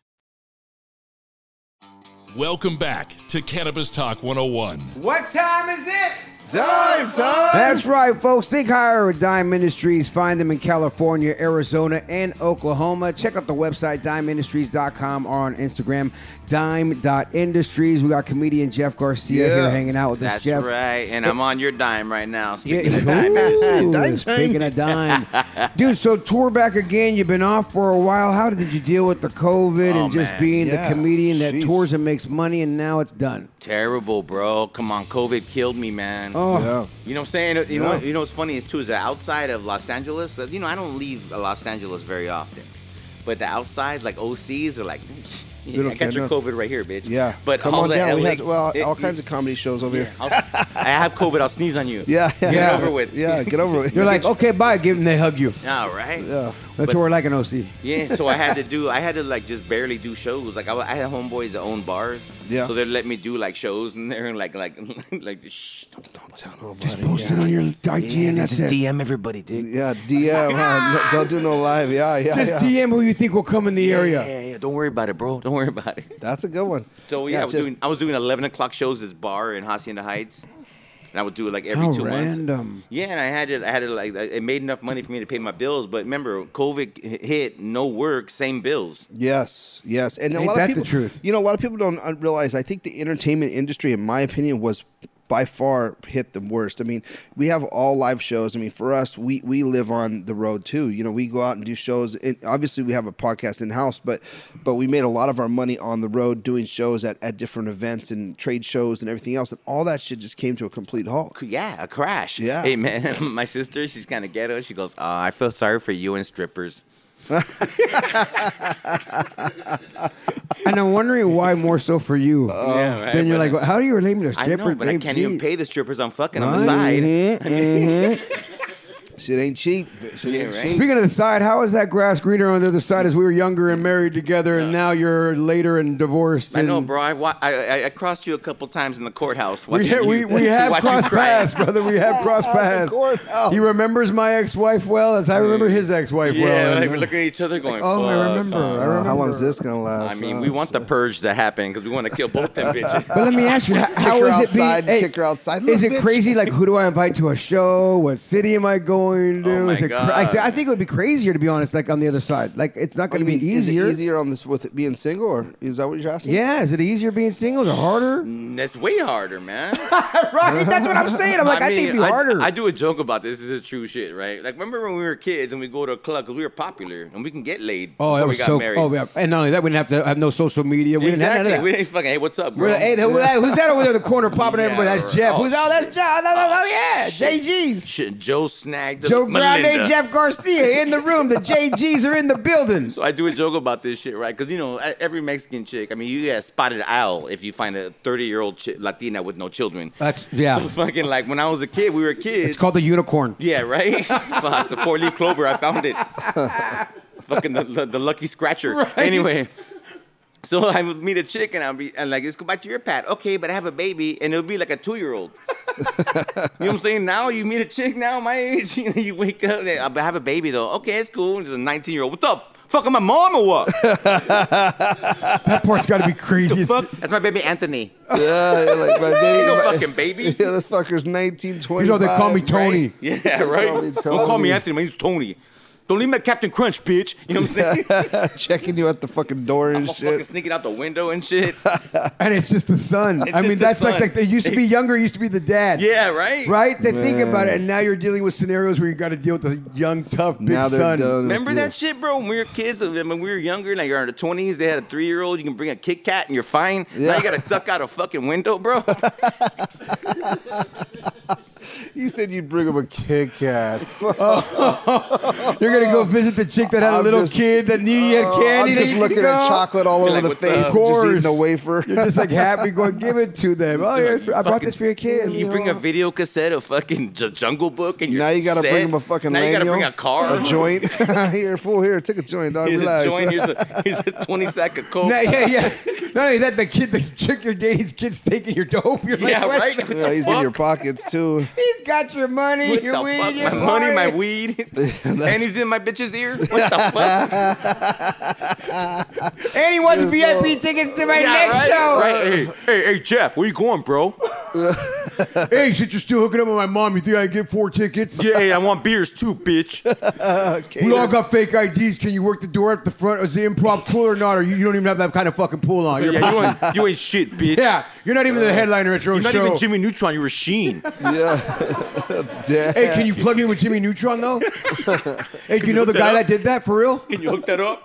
[SPEAKER 1] Welcome back to Cannabis Talk 101.
[SPEAKER 3] What time is it?
[SPEAKER 2] Time, time.
[SPEAKER 3] That's right, folks. Think higher with Dime Industries. Find them in California, Arizona, and Oklahoma. Check out the website, dimeindustries.com, or on Instagram, dime.industries. We got comedian Jeff Garcia
[SPEAKER 2] Yeah.
[SPEAKER 3] here hanging out with us,
[SPEAKER 4] That's
[SPEAKER 3] Jeff.
[SPEAKER 4] right. And I'm on your dime right now.
[SPEAKER 3] Yeah,
[SPEAKER 4] Speaking of dime,
[SPEAKER 3] ooh,
[SPEAKER 2] Dime
[SPEAKER 3] speaking of dime, dude. So tour back again. You've been off for a while. How did you deal with the COVID
[SPEAKER 4] Oh,
[SPEAKER 3] and just
[SPEAKER 4] man.
[SPEAKER 3] being
[SPEAKER 2] Yeah.
[SPEAKER 3] the comedian that
[SPEAKER 2] Jeez.
[SPEAKER 3] tours and makes money, and now it's done?
[SPEAKER 4] terrible, bro. Come on, COVID killed me, man.
[SPEAKER 3] Oh,
[SPEAKER 2] Yeah.
[SPEAKER 4] You know what I'm saying? You know,
[SPEAKER 2] Yeah.
[SPEAKER 4] what- you know what's funny is too is that outside of Los Angeles, uh, you know, I don't leave uh, Los Angeles very often, but the outside, like OCs, are like,
[SPEAKER 2] They don't
[SPEAKER 4] I got
[SPEAKER 2] care
[SPEAKER 4] your
[SPEAKER 2] nothing.
[SPEAKER 4] COVID right here, bitch.
[SPEAKER 2] Yeah.
[SPEAKER 4] but
[SPEAKER 2] come
[SPEAKER 4] all
[SPEAKER 2] on
[SPEAKER 4] the
[SPEAKER 2] down. we
[SPEAKER 4] LA
[SPEAKER 2] had well,
[SPEAKER 4] it-
[SPEAKER 2] all kinds of comedy shows over here.
[SPEAKER 4] I'll- I have COVID. I'll sneeze on you.
[SPEAKER 2] Yeah, yeah.
[SPEAKER 3] Get
[SPEAKER 4] over with.
[SPEAKER 2] Yeah, get over with.
[SPEAKER 3] They're like, okay, bye. Give them. They hug you.
[SPEAKER 4] All right.
[SPEAKER 2] yeah.
[SPEAKER 3] That's what we're like an OC.
[SPEAKER 4] Yeah, so I had to do, I had to like just barely do shows. Like I, wa- I had homeboys that own bars.
[SPEAKER 2] Yeah.
[SPEAKER 4] So they'd let me do like shows in there and like, like, like, shh.
[SPEAKER 2] Don't tell nobody.
[SPEAKER 3] Post it on your IG and that's
[SPEAKER 4] just
[SPEAKER 3] it.
[SPEAKER 4] DM everybody, dude.
[SPEAKER 2] Yeah, DM. huh? No- don't do no live. Yeah, yeah, yeah.
[SPEAKER 3] Just DM who you think will come in the area.
[SPEAKER 4] Yeah, yeah, don't worry about it, bro. Don't worry about it.
[SPEAKER 2] That's a good one.
[SPEAKER 4] So yeah, I, was
[SPEAKER 2] just-
[SPEAKER 4] doing, I was doing 11 o'clock shows at this bar in Hacienda Heights, and I would do it like every
[SPEAKER 3] How
[SPEAKER 4] two months.
[SPEAKER 3] random.
[SPEAKER 4] Yeah, and I had it. I had it like it made enough money for me to pay my bills. But remember, COVID h- hit, no work, same bills.
[SPEAKER 2] Yes, yes, and a
[SPEAKER 3] Ain't
[SPEAKER 2] lot
[SPEAKER 3] that
[SPEAKER 2] of
[SPEAKER 3] the
[SPEAKER 2] people.
[SPEAKER 3] truth?
[SPEAKER 2] You know, a lot of people don't uh, realize. I think the entertainment industry, in my opinion, was by far hit the worst. I mean, we have all live shows. I mean, for us, we we live on the road too. You know, we go out and do shows. And obviously, we have a podcast in house, but but we made a lot of our money on the road doing shows at, at different events and trade shows and everything else. And all that shit just came to a complete halt.
[SPEAKER 4] Yeah, a crash.
[SPEAKER 2] Yeah.
[SPEAKER 4] Hey man, my sister, she's kind of ghetto. She goes, "Ah, I feel sorry for you and strippers."
[SPEAKER 3] And I'm wondering why more so for you.
[SPEAKER 4] Yeah, right,
[SPEAKER 3] then you're
[SPEAKER 4] but
[SPEAKER 3] like, well, how do you relate me to
[SPEAKER 4] Uh, I
[SPEAKER 3] strippers?
[SPEAKER 4] know, but I
[SPEAKER 3] babe?
[SPEAKER 4] can't even
[SPEAKER 3] Gee. Mm-hmm.
[SPEAKER 4] pay the strippers I'm fucking on
[SPEAKER 3] Right.
[SPEAKER 4] the side.
[SPEAKER 2] Shit ain't cheap. but Shit ain't
[SPEAKER 4] right?
[SPEAKER 2] cheap.
[SPEAKER 3] Speaking of the side, how is that grass greener on the other side? As we were younger and married together, and now you're later and divorced.
[SPEAKER 4] I know,
[SPEAKER 3] and-
[SPEAKER 4] bro. I, wa- I, I I crossed you a couple times in the courthouse.
[SPEAKER 3] We,
[SPEAKER 4] watching
[SPEAKER 3] we,
[SPEAKER 4] you-
[SPEAKER 3] we have
[SPEAKER 4] watch you
[SPEAKER 3] crossed
[SPEAKER 4] cry.
[SPEAKER 3] paths, brother. We have crossed paths.
[SPEAKER 2] courthouse.
[SPEAKER 3] He remembers my ex-wife well, as I remember his ex-wife
[SPEAKER 4] Yeah,
[SPEAKER 3] well.
[SPEAKER 4] like
[SPEAKER 3] And- uh,
[SPEAKER 4] we're looking at each other going,
[SPEAKER 3] oh, I
[SPEAKER 4] "Fuck."
[SPEAKER 3] remember. I
[SPEAKER 2] I don't know
[SPEAKER 3] remember.
[SPEAKER 2] how long is this gonna last? uh,
[SPEAKER 4] I mean,
[SPEAKER 2] huh?
[SPEAKER 4] we want the purge to happen because we want to kill both them
[SPEAKER 3] But
[SPEAKER 4] bitches.
[SPEAKER 3] let me ask you, how, how
[SPEAKER 2] Uh, her
[SPEAKER 3] is it being-
[SPEAKER 2] outside, kick her outside.
[SPEAKER 3] Is
[SPEAKER 2] Look,
[SPEAKER 3] it
[SPEAKER 2] bitch.
[SPEAKER 3] crazy? Like, who do I invite to a show? What city am I going to?
[SPEAKER 4] Oh, my
[SPEAKER 3] is it cra- I,
[SPEAKER 4] God.
[SPEAKER 3] I think it would be crazier, to be honest. Like on the other side, like it's not
[SPEAKER 2] What do
[SPEAKER 3] going to
[SPEAKER 2] you
[SPEAKER 3] be
[SPEAKER 2] mean, is it
[SPEAKER 3] easier.
[SPEAKER 2] easier on this with it being single, or is that what you're asking?
[SPEAKER 3] Yeah, is it easier being single? Is it harder?
[SPEAKER 4] Mm, That's way harder, man.
[SPEAKER 3] right, that's what I'm saying. I'm like, I, think
[SPEAKER 4] mean,
[SPEAKER 3] it'd be harder.
[SPEAKER 4] I do a joke about this. This is a true shit, right? Like, remember when we were kids and we go to a club because we were popular and we can get laid
[SPEAKER 3] oh,
[SPEAKER 4] before
[SPEAKER 3] that
[SPEAKER 4] we
[SPEAKER 3] was
[SPEAKER 4] got
[SPEAKER 3] so.
[SPEAKER 4] married.
[SPEAKER 3] Oh, yeah. And not only that, we didn't have to have no social media. We didn't have
[SPEAKER 4] exactly.
[SPEAKER 3] none of that.
[SPEAKER 4] We didn't fucking. Hey, what's up,
[SPEAKER 3] We're
[SPEAKER 4] bro?
[SPEAKER 3] like, hey, who- hey, who's that over there in the corner popping
[SPEAKER 4] Yeah,
[SPEAKER 3] everybody? That's
[SPEAKER 4] right.
[SPEAKER 3] Jeff.
[SPEAKER 4] Oh,
[SPEAKER 3] who's oh, that's
[SPEAKER 4] shit.
[SPEAKER 3] Jeff? Oh, oh, yeah,
[SPEAKER 4] shit.
[SPEAKER 3] JG's.
[SPEAKER 4] Shit, Joe snagged
[SPEAKER 3] Joe
[SPEAKER 4] Melinda.
[SPEAKER 3] Grande, Jeff Garcia in the room. The JG's are in the building.
[SPEAKER 4] So I do a joke about this shit, right? Because you know, e- every Mexican chick, I mean, you get a spotted owl if you find a 30 year old chi- Latina with no children.
[SPEAKER 3] That's yeah.
[SPEAKER 4] So fucking like when I was a kid, we were kids.
[SPEAKER 3] It's called the unicorn.
[SPEAKER 4] Yeah, right. Fuck the four leaf clover. I found it. Fucking the, the, the lucky scratcher. Anyway. So I would meet a chick and I'll be and like, let's go back to your pad. Okay, but I have a baby and it'll be like a two year old. You know what I'm saying? Now you meet a chick now my age, you, know, you wake up. They, I have a baby though. Okay, it's cool. It's a 19 year old. What's up? Fucking my mom or what?
[SPEAKER 3] That part's got to be crazy. It's-
[SPEAKER 4] Fuck, that's my baby Anthony.
[SPEAKER 2] yeah, yeah, Uh, like my
[SPEAKER 4] Ain't
[SPEAKER 2] baby.
[SPEAKER 4] no
[SPEAKER 2] my-
[SPEAKER 4] fucking baby.
[SPEAKER 2] Yeah, this fucker's 1920.
[SPEAKER 3] You know they call me Tony.
[SPEAKER 4] Right? Yeah, right.
[SPEAKER 2] call me
[SPEAKER 4] Don't call
[SPEAKER 2] Tony.
[SPEAKER 4] me Anthony. My name's Tony. Don't leave me at Captain Crunch, bitch. You know what I'm saying?
[SPEAKER 2] checking you at the fucking door
[SPEAKER 4] I'm
[SPEAKER 2] and
[SPEAKER 4] fucking
[SPEAKER 2] shit.
[SPEAKER 4] sneaking out the window and shit.
[SPEAKER 3] And it's just the son.
[SPEAKER 4] It's
[SPEAKER 3] I mean,
[SPEAKER 4] just the
[SPEAKER 3] that's like,
[SPEAKER 4] son.
[SPEAKER 3] like it used to be younger. It used to be the dad.
[SPEAKER 4] yeah, right.
[SPEAKER 3] Right. They think about it, and now you're dealing with scenarios where you got to deal with the young, tough, big
[SPEAKER 2] Now they're
[SPEAKER 3] son.
[SPEAKER 2] done.
[SPEAKER 4] Remember
[SPEAKER 2] with
[SPEAKER 4] that shit, bro? When we were kids, when we were younger, like you're in the twenties, they had a three year old. You can bring a Kit Kat and you're fine. Now
[SPEAKER 2] Yeah.
[SPEAKER 4] you gotta duck out a fucking window, bro.
[SPEAKER 2] You. you said you'd bring him a Kit Kat.
[SPEAKER 3] You're gonna go visit the chick that had a
[SPEAKER 2] I'm
[SPEAKER 3] little
[SPEAKER 2] just-
[SPEAKER 3] kid that needed
[SPEAKER 2] Oh,
[SPEAKER 3] a candy.
[SPEAKER 2] I'm
[SPEAKER 3] that
[SPEAKER 2] just
[SPEAKER 3] you
[SPEAKER 2] looking
[SPEAKER 3] could
[SPEAKER 2] at
[SPEAKER 3] go.
[SPEAKER 2] chocolate all
[SPEAKER 4] You're
[SPEAKER 2] over
[SPEAKER 4] like,
[SPEAKER 2] the
[SPEAKER 4] "What's
[SPEAKER 2] face,
[SPEAKER 4] up?"
[SPEAKER 2] and just eating
[SPEAKER 3] Course.
[SPEAKER 2] a wafer.
[SPEAKER 3] You're just like happy going, give it to them. Oh, here's, I brought
[SPEAKER 4] Fucking-
[SPEAKER 3] this for your kid.
[SPEAKER 4] You bring a video cassette of fucking J- Jungle Book and you're
[SPEAKER 2] now you gotta
[SPEAKER 4] set.
[SPEAKER 2] bring him a fucking.
[SPEAKER 4] Now you gotta
[SPEAKER 2] Lanyo,
[SPEAKER 4] bring a car,
[SPEAKER 2] a joint. here, fool. Here, take a joint, dog.
[SPEAKER 4] Here's a
[SPEAKER 2] Relax.
[SPEAKER 4] joint. Here's a, here's a twenty sack of coke.
[SPEAKER 3] No, yeah, yeah. Not only that, the kid, the chick you're dating's kid's taking your dope. You're like,
[SPEAKER 4] yeah,
[SPEAKER 3] what?
[SPEAKER 4] right. What
[SPEAKER 2] yeah,
[SPEAKER 4] the
[SPEAKER 2] he's in
[SPEAKER 4] fuck?
[SPEAKER 2] your pockets too.
[SPEAKER 3] He's got your money,
[SPEAKER 4] What
[SPEAKER 3] your
[SPEAKER 4] the
[SPEAKER 3] weed,
[SPEAKER 4] fuck?
[SPEAKER 3] your
[SPEAKER 4] My money, my
[SPEAKER 3] party.
[SPEAKER 4] weed, and he's in my bitch's ear. What the fuck?
[SPEAKER 3] And he wants VIP tickets to my
[SPEAKER 4] Yeah,
[SPEAKER 3] next
[SPEAKER 4] right,
[SPEAKER 3] show.
[SPEAKER 4] right. Hey, hey, hey, Jeff, where you going, bro?
[SPEAKER 3] Hey, since you're still hooking up with my mom, you think I get four tickets?
[SPEAKER 4] Yeah, hey, I want beers too, bitch.
[SPEAKER 3] We all got fake IDs. Can you work the door at the front? Is the improv cool or not? Or you, you don't even have that kind of fucking pool on? You're,
[SPEAKER 4] Yeah, you ain't, you ain't shit, bitch.
[SPEAKER 3] yeah, you're not even the headliner at your own
[SPEAKER 4] You're not
[SPEAKER 3] show.
[SPEAKER 4] even Jimmy Neutron. You're a Sheen.
[SPEAKER 2] Damn.
[SPEAKER 3] Hey, can you plug in with Jimmy Neutron though? hey, do you know the
[SPEAKER 4] look that
[SPEAKER 3] guy
[SPEAKER 4] up?
[SPEAKER 3] that did that for real?
[SPEAKER 4] Can you hook that up?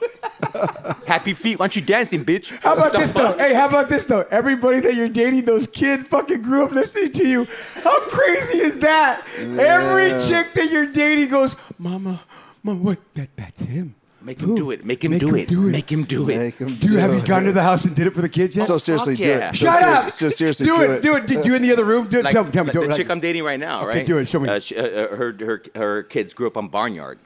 [SPEAKER 4] Happy feet. Why don't you dancing, bitch?
[SPEAKER 3] How about
[SPEAKER 4] The
[SPEAKER 3] this
[SPEAKER 4] fuck?
[SPEAKER 3] though? Hey, how about this though? Everybody that you're dating, those kids fucking grew up listening to you. How crazy is that? Every chick that you're dating goes, Mama, Mama, what? That, that's him.
[SPEAKER 4] Make him
[SPEAKER 3] Who?
[SPEAKER 4] do it. Make him do, it. Make him do it.
[SPEAKER 2] Make him
[SPEAKER 3] Do you have you
[SPEAKER 2] it.
[SPEAKER 3] gone to the house and did it for the kids yet?
[SPEAKER 2] So seriously,
[SPEAKER 4] Fuck
[SPEAKER 2] do
[SPEAKER 4] yeah.
[SPEAKER 2] it. So
[SPEAKER 3] Shut
[SPEAKER 2] serious-
[SPEAKER 3] up.
[SPEAKER 2] So seriously,
[SPEAKER 3] do it. Do it. Did you in the other room? Do it.
[SPEAKER 4] Like,
[SPEAKER 3] tell me. Tell me.
[SPEAKER 4] like
[SPEAKER 3] do
[SPEAKER 4] the
[SPEAKER 3] it, like-
[SPEAKER 4] chick I'm dating right now,
[SPEAKER 3] Okay,
[SPEAKER 4] right?
[SPEAKER 3] do it. Show me.
[SPEAKER 4] Uh, she, uh, uh, her, her, her kids grew up on Barnyard.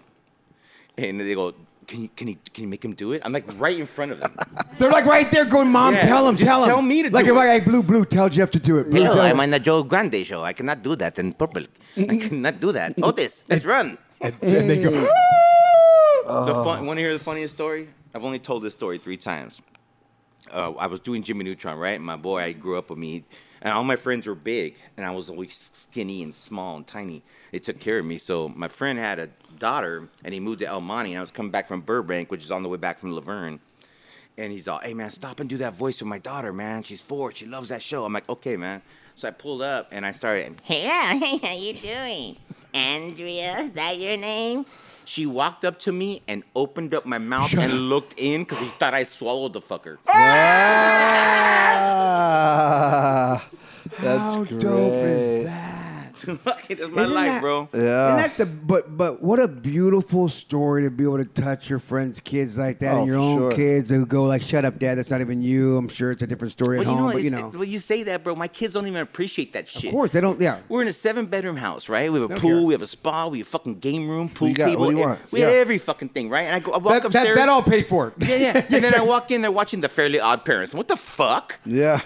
[SPEAKER 4] And they go, can you, can, you, can you make him do it? I'm like right in front of them.
[SPEAKER 3] They're like right there going, Mom,
[SPEAKER 4] Yeah,
[SPEAKER 3] tell him.
[SPEAKER 4] just
[SPEAKER 3] Tell him.
[SPEAKER 4] tell me to
[SPEAKER 3] Like
[SPEAKER 4] do
[SPEAKER 3] if
[SPEAKER 4] it.
[SPEAKER 3] I, hey, blue, blue, tell Jeff to do it. Blue,
[SPEAKER 4] No,
[SPEAKER 3] tell
[SPEAKER 4] I'm
[SPEAKER 3] him.
[SPEAKER 4] on the Joe Grande show. I cannot do that in public. I cannot do that. Otis, let's run.
[SPEAKER 3] and they go.
[SPEAKER 4] The fun, want to hear the funniest story? I've only told this story three times. Uh, I was doing Jimmy Neutron, right? My boy, I grew up with me, and all my friends were big, and I was always skinny and small and tiny. They took care of me. So my friend had a daughter, and he moved to El Monte, and I was coming back from Burbank, which is on the way back from Laverne. And he's all, hey man, stop and do that voice with my daughter, man. She's four. She loves that show. I'm like, okay, man. So I pulled up and I started,
[SPEAKER 6] Hey, how are you doing? Andrea, is that your name?
[SPEAKER 4] She walked up to me and opened up my mouth and looked in because he thought I swallowed the fucker.
[SPEAKER 2] Ah, that's
[SPEAKER 3] How
[SPEAKER 2] great.
[SPEAKER 3] dope is that?
[SPEAKER 4] Fuck it, that's my life,
[SPEAKER 3] that,
[SPEAKER 4] bro.
[SPEAKER 3] Yeah. And that's the but but what a beautiful story to be able to touch your friends' kids like that,
[SPEAKER 2] Oh,
[SPEAKER 3] and your
[SPEAKER 2] for
[SPEAKER 3] own
[SPEAKER 2] sure.
[SPEAKER 3] kids who go like, "Shut up, dad, that's not even you." I'm sure it's a different story
[SPEAKER 4] But
[SPEAKER 3] at
[SPEAKER 4] you
[SPEAKER 3] home,
[SPEAKER 4] know,
[SPEAKER 3] but you
[SPEAKER 4] it's-
[SPEAKER 3] know,
[SPEAKER 4] it- when you say that, bro, my kids don't even appreciate that shit.
[SPEAKER 3] of course they don't. Yeah,
[SPEAKER 4] We're in a seven bedroom house, right? We have a
[SPEAKER 3] Don't
[SPEAKER 4] pool,
[SPEAKER 3] care.
[SPEAKER 4] we have a spa, we have a fucking game room, pool
[SPEAKER 2] you got?
[SPEAKER 4] table.
[SPEAKER 2] What do you
[SPEAKER 4] e-
[SPEAKER 2] want?
[SPEAKER 4] We have
[SPEAKER 2] Yeah.
[SPEAKER 4] every fucking thing, right? And I go, I walk
[SPEAKER 3] that,
[SPEAKER 4] upstairs.
[SPEAKER 3] that, that all paid for it.
[SPEAKER 4] Yeah, yeah. And then I walk in, they're watching the Fairly Odd Parents. What the fuck? You
[SPEAKER 2] Yeah.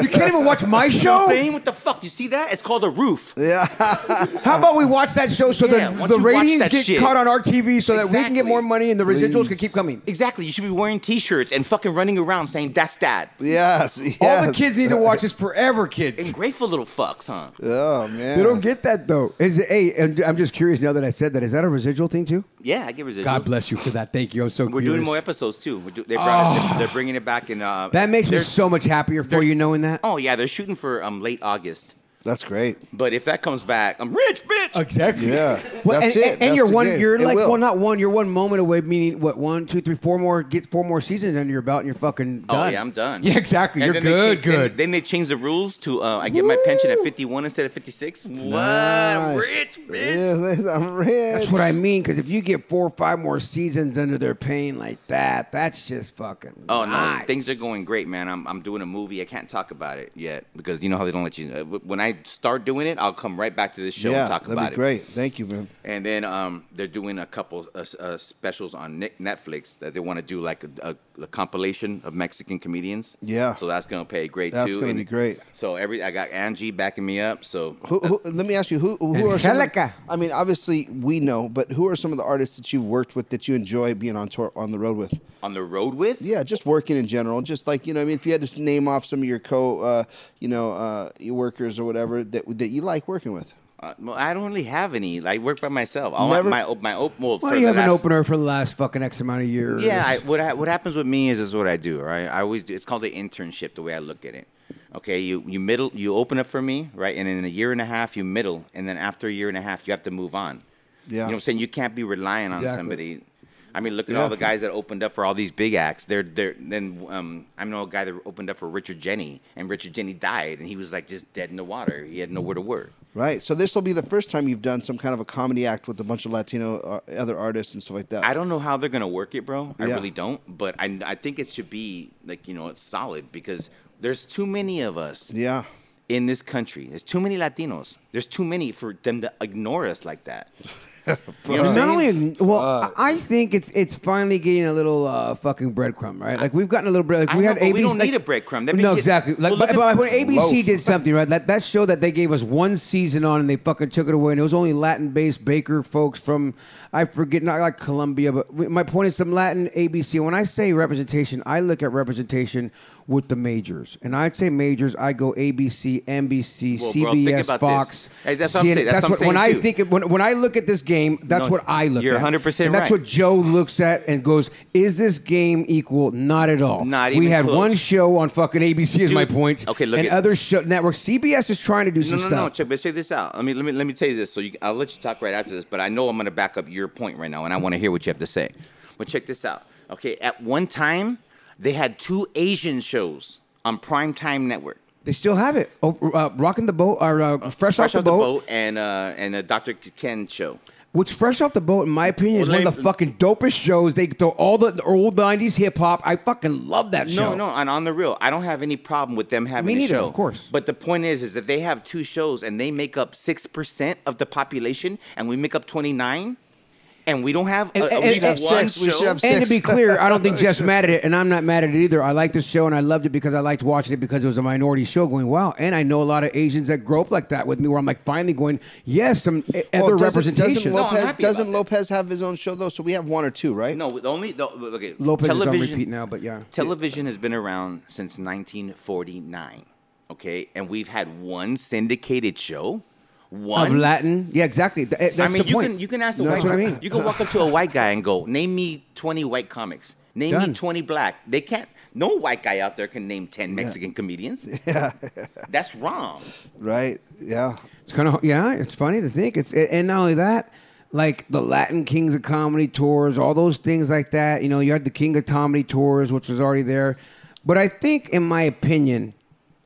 [SPEAKER 3] you can't even watch my
[SPEAKER 4] know what I'm
[SPEAKER 3] show.
[SPEAKER 4] saying? What the fuck? You see that? It's called a roof.
[SPEAKER 3] How about we watch that show so
[SPEAKER 4] Yeah,
[SPEAKER 3] the
[SPEAKER 4] once
[SPEAKER 3] the
[SPEAKER 4] you watch
[SPEAKER 3] ratings
[SPEAKER 4] that
[SPEAKER 3] get
[SPEAKER 4] shit.
[SPEAKER 3] caught on our TV so that we can
[SPEAKER 4] Exactly.
[SPEAKER 3] get more money and the residuals can keep coming.
[SPEAKER 4] Exactly. You should be wearing t shirts and fucking running around saying, that's dad.
[SPEAKER 2] yes. Yes.
[SPEAKER 3] All the kids need to watch this forever, kids.
[SPEAKER 4] Ungrateful little fucks, huh?
[SPEAKER 2] Oh man.
[SPEAKER 3] They don't get that though. Is it, hey, and I'm just curious now that I said that. Is that a residual thing too?
[SPEAKER 4] Yeah, I get residuals.
[SPEAKER 3] God bless you for that. Thank you. I'm so
[SPEAKER 4] We're
[SPEAKER 3] curious.
[SPEAKER 4] doing more episodes too. We're do- they brought it, they're bringing it back in. Uh,
[SPEAKER 3] That makes me
[SPEAKER 4] they're-
[SPEAKER 3] so much happier for you knowing that.
[SPEAKER 4] Oh yeah, they're shooting for um late August.
[SPEAKER 2] That's great.
[SPEAKER 4] But if that comes back, I'm rich, bitch.
[SPEAKER 3] Exactly.
[SPEAKER 2] Yeah.
[SPEAKER 3] Well,
[SPEAKER 2] That's
[SPEAKER 3] and,
[SPEAKER 2] it.
[SPEAKER 3] and- and
[SPEAKER 2] That's
[SPEAKER 3] you're
[SPEAKER 2] the
[SPEAKER 3] one.
[SPEAKER 2] game.
[SPEAKER 3] You're
[SPEAKER 2] It
[SPEAKER 3] like
[SPEAKER 2] will.
[SPEAKER 3] well, not one. You're one moment away. Meaning what? One, two, three, four more. Get four more seasons under your belt, and you're fucking
[SPEAKER 4] Oh
[SPEAKER 3] done.
[SPEAKER 4] yeah, I'm done.
[SPEAKER 3] Yeah, exactly.
[SPEAKER 4] And
[SPEAKER 3] you're
[SPEAKER 4] then they
[SPEAKER 3] good.
[SPEAKER 4] changed-
[SPEAKER 3] good.
[SPEAKER 4] Then, then they changed the rules to uh, I get my pension at 51 instead of 56. What? I'm
[SPEAKER 2] Nice.
[SPEAKER 4] Rich, bitch.
[SPEAKER 2] Yes, I'm rich.
[SPEAKER 3] that's what I mean. Because if you get four or five more seasons under their pain like that, that's just fucking.
[SPEAKER 4] Oh no,
[SPEAKER 3] nice.
[SPEAKER 4] things are going great, man. I'm I'm doing a movie. I can't talk about it yet because you know how they don't let you. Uh, wh- when I start doing it, I'll come right back to this show
[SPEAKER 2] yeah,
[SPEAKER 4] and talk
[SPEAKER 2] that'd
[SPEAKER 4] about
[SPEAKER 2] be
[SPEAKER 4] it.
[SPEAKER 2] great. Thank you, man.
[SPEAKER 4] And then um, they're doing a couple uh, s- uh, specials on Nick Netflix that they want to do like a, a, a compilation of Mexican comedians.
[SPEAKER 2] Yeah.
[SPEAKER 4] So that's gonna pay great
[SPEAKER 2] That's
[SPEAKER 4] too.
[SPEAKER 2] gonna
[SPEAKER 4] And
[SPEAKER 2] be great.
[SPEAKER 4] So every I got Angie backing me up. So
[SPEAKER 2] Who, who, let me ask you, who who are some? Of,
[SPEAKER 3] Angelica.
[SPEAKER 2] I mean, obviously we know, but who are some of the artists that you've worked with that you enjoy being on tour on the road with?
[SPEAKER 4] on the road with
[SPEAKER 2] Yeah, just working in general. Just like you know, I mean, if you had to s- name off some of your co, uh, you know, uh, your workers or whatever that that you like working with.
[SPEAKER 4] Uh, well, I don't really have any. I work by myself. All
[SPEAKER 2] Never-
[SPEAKER 4] my op- my op- well,
[SPEAKER 3] Well,
[SPEAKER 4] for
[SPEAKER 3] you
[SPEAKER 4] the
[SPEAKER 3] have an
[SPEAKER 4] last-
[SPEAKER 3] opener for the last fucking X amount of years.
[SPEAKER 4] Yeah, I, what I, what happens with me is is what I do, right? I always do. It's called the internship, the way I look at it. Okay, you you middle, you open up for me, right? And in a year and a half, you middle, and then after a year and a half, you have to move
[SPEAKER 2] Yeah.
[SPEAKER 4] on. you know what I'm saying. You can't be relying on
[SPEAKER 3] Exactly.
[SPEAKER 4] somebody. I mean, look at
[SPEAKER 2] Yeah.
[SPEAKER 4] all the guys that opened up for all these big acts. They're they're then um, I know a guy that opened up for Richard Jenny, and Richard Jenny died, and he was like just dead in the water. He had nowhere to work.
[SPEAKER 2] Right. So this will be the first time you've done some kind of a comedy act with a bunch of Latino uh, other artists and stuff like that.
[SPEAKER 4] I don't know how they're gonna work it, bro. I
[SPEAKER 2] Yeah.
[SPEAKER 4] really don't. But I, I think it should be like you know it's solid because there's too many of us
[SPEAKER 2] Yeah.
[SPEAKER 4] in this country. There's too many Latinos. There's too many for them to ignore us like that. You know what I'm
[SPEAKER 3] Not
[SPEAKER 4] saying?
[SPEAKER 3] only well, I I think it's it's finally getting a little uh, fucking breadcrumb, right? Like we've gotten a little bread. Like
[SPEAKER 4] I
[SPEAKER 3] we
[SPEAKER 4] know,
[SPEAKER 3] had
[SPEAKER 4] but
[SPEAKER 3] ABC.
[SPEAKER 4] we don't
[SPEAKER 3] like-
[SPEAKER 4] need a breadcrumb. They've been
[SPEAKER 3] No,
[SPEAKER 4] getting-
[SPEAKER 3] exactly. Like,
[SPEAKER 4] Well,
[SPEAKER 3] but,
[SPEAKER 4] look
[SPEAKER 3] but
[SPEAKER 4] at-
[SPEAKER 3] when ABC
[SPEAKER 2] Loaf.
[SPEAKER 3] did something, right? That that show that they gave us one season on, and they fucking took it away, and it was only Latin-based baker folks from I forget, not like Colombia, but we- my point is some Latin ABC. When I say representation, I look at representation with the majors, and I'd say majors. I go ABC, NBC,
[SPEAKER 4] Well, bro, think
[SPEAKER 3] CBS,
[SPEAKER 4] about this.
[SPEAKER 3] Fox.
[SPEAKER 4] Hey, that's what I'm saying. That's what I'm
[SPEAKER 3] what- when
[SPEAKER 4] saying,
[SPEAKER 3] I
[SPEAKER 4] too.
[SPEAKER 3] think it- when, when I look at this game, that's
[SPEAKER 4] No,
[SPEAKER 3] what I look
[SPEAKER 4] you're
[SPEAKER 3] at.
[SPEAKER 4] 100%
[SPEAKER 3] And That's
[SPEAKER 4] right.
[SPEAKER 3] what Joe looks at and goes, "Is this game equal? Not at all.
[SPEAKER 4] Not
[SPEAKER 3] We
[SPEAKER 4] even
[SPEAKER 3] had
[SPEAKER 4] close.
[SPEAKER 3] one show on fucking ABC. Is my
[SPEAKER 4] Dude,
[SPEAKER 3] point.
[SPEAKER 4] okay, look
[SPEAKER 3] and
[SPEAKER 4] at-
[SPEAKER 3] other show network CBS is trying to do
[SPEAKER 4] No,
[SPEAKER 3] some
[SPEAKER 4] no, no,
[SPEAKER 3] stuff.
[SPEAKER 4] check, but check this out. Let me, let me, let me tell you this. So you, I'll let you talk right after this, but I know I'm going to back up your point right now, and I want to hear what you have to say. But check this out. Okay, at one time, they had two Asian shows on Primetime Network.
[SPEAKER 3] They still have it. Oh, uh, rocking the boat or uh, fresh,
[SPEAKER 4] Oh, Fresh
[SPEAKER 3] off the, boat,
[SPEAKER 4] and uh, and a Dr. Ken show.
[SPEAKER 3] which fresh off the boat, in my opinion, is
[SPEAKER 4] Well,
[SPEAKER 3] one of
[SPEAKER 4] they-
[SPEAKER 3] the fucking dopest shows. They throw all the, the old '90s hip hop. I fucking love that show.
[SPEAKER 4] No, no, and on the real, I don't have any problem with them having
[SPEAKER 3] Me neither,
[SPEAKER 4] a show.
[SPEAKER 3] of course.
[SPEAKER 4] But the point is, is that they have two shows and they make up six percent of the population, and we make up twenty nine, and we don't have.
[SPEAKER 3] And-
[SPEAKER 4] a,
[SPEAKER 3] and-
[SPEAKER 4] we
[SPEAKER 3] and-
[SPEAKER 4] have
[SPEAKER 3] and-
[SPEAKER 4] one
[SPEAKER 2] six, we should
[SPEAKER 4] show?
[SPEAKER 2] have
[SPEAKER 3] And to
[SPEAKER 2] six.
[SPEAKER 3] be clear, I don't think Jeff's mad at it, and I'm not mad at it either. I like this show, and I loved it because I liked watching it because it was a minority show. Going wow, and I know a lot of Asians that grow up like that with me, where I'm like finally going, yes, some uh, other
[SPEAKER 2] Well, doesn't- Doesn't
[SPEAKER 3] representation.
[SPEAKER 4] No, I'm
[SPEAKER 2] Lopez,
[SPEAKER 4] happy
[SPEAKER 2] doesn't
[SPEAKER 4] about that.
[SPEAKER 2] Lopez have his own show though? So we have one or two, right?
[SPEAKER 4] No, with only the, okay.
[SPEAKER 3] Lopez is on
[SPEAKER 4] television,
[SPEAKER 3] repeat now, but yeah.
[SPEAKER 4] television has been around since 1949. Okay, and we've had one syndicated show. One
[SPEAKER 3] of Latin, yeah, exactly. Th- eh, That's
[SPEAKER 4] I mean,
[SPEAKER 3] the
[SPEAKER 4] you
[SPEAKER 3] point.
[SPEAKER 4] can you can ask a
[SPEAKER 3] No,
[SPEAKER 4] white.
[SPEAKER 3] that's what I mean.
[SPEAKER 4] You can walk up to a white guy and go, "Name me twenty white comics. Name
[SPEAKER 3] Done.
[SPEAKER 4] me twenty black." They can't. No white guy out there can name ten Mexican comedians. Yeah, that's wrong.
[SPEAKER 2] Right? Yeah.
[SPEAKER 3] It's kind of yeah. It's funny to think. It's and not only that, like the Latin Kings of Comedy tours, all those things like that. You know, you had the King of Comedy tours, which was already there. But I think, in my opinion,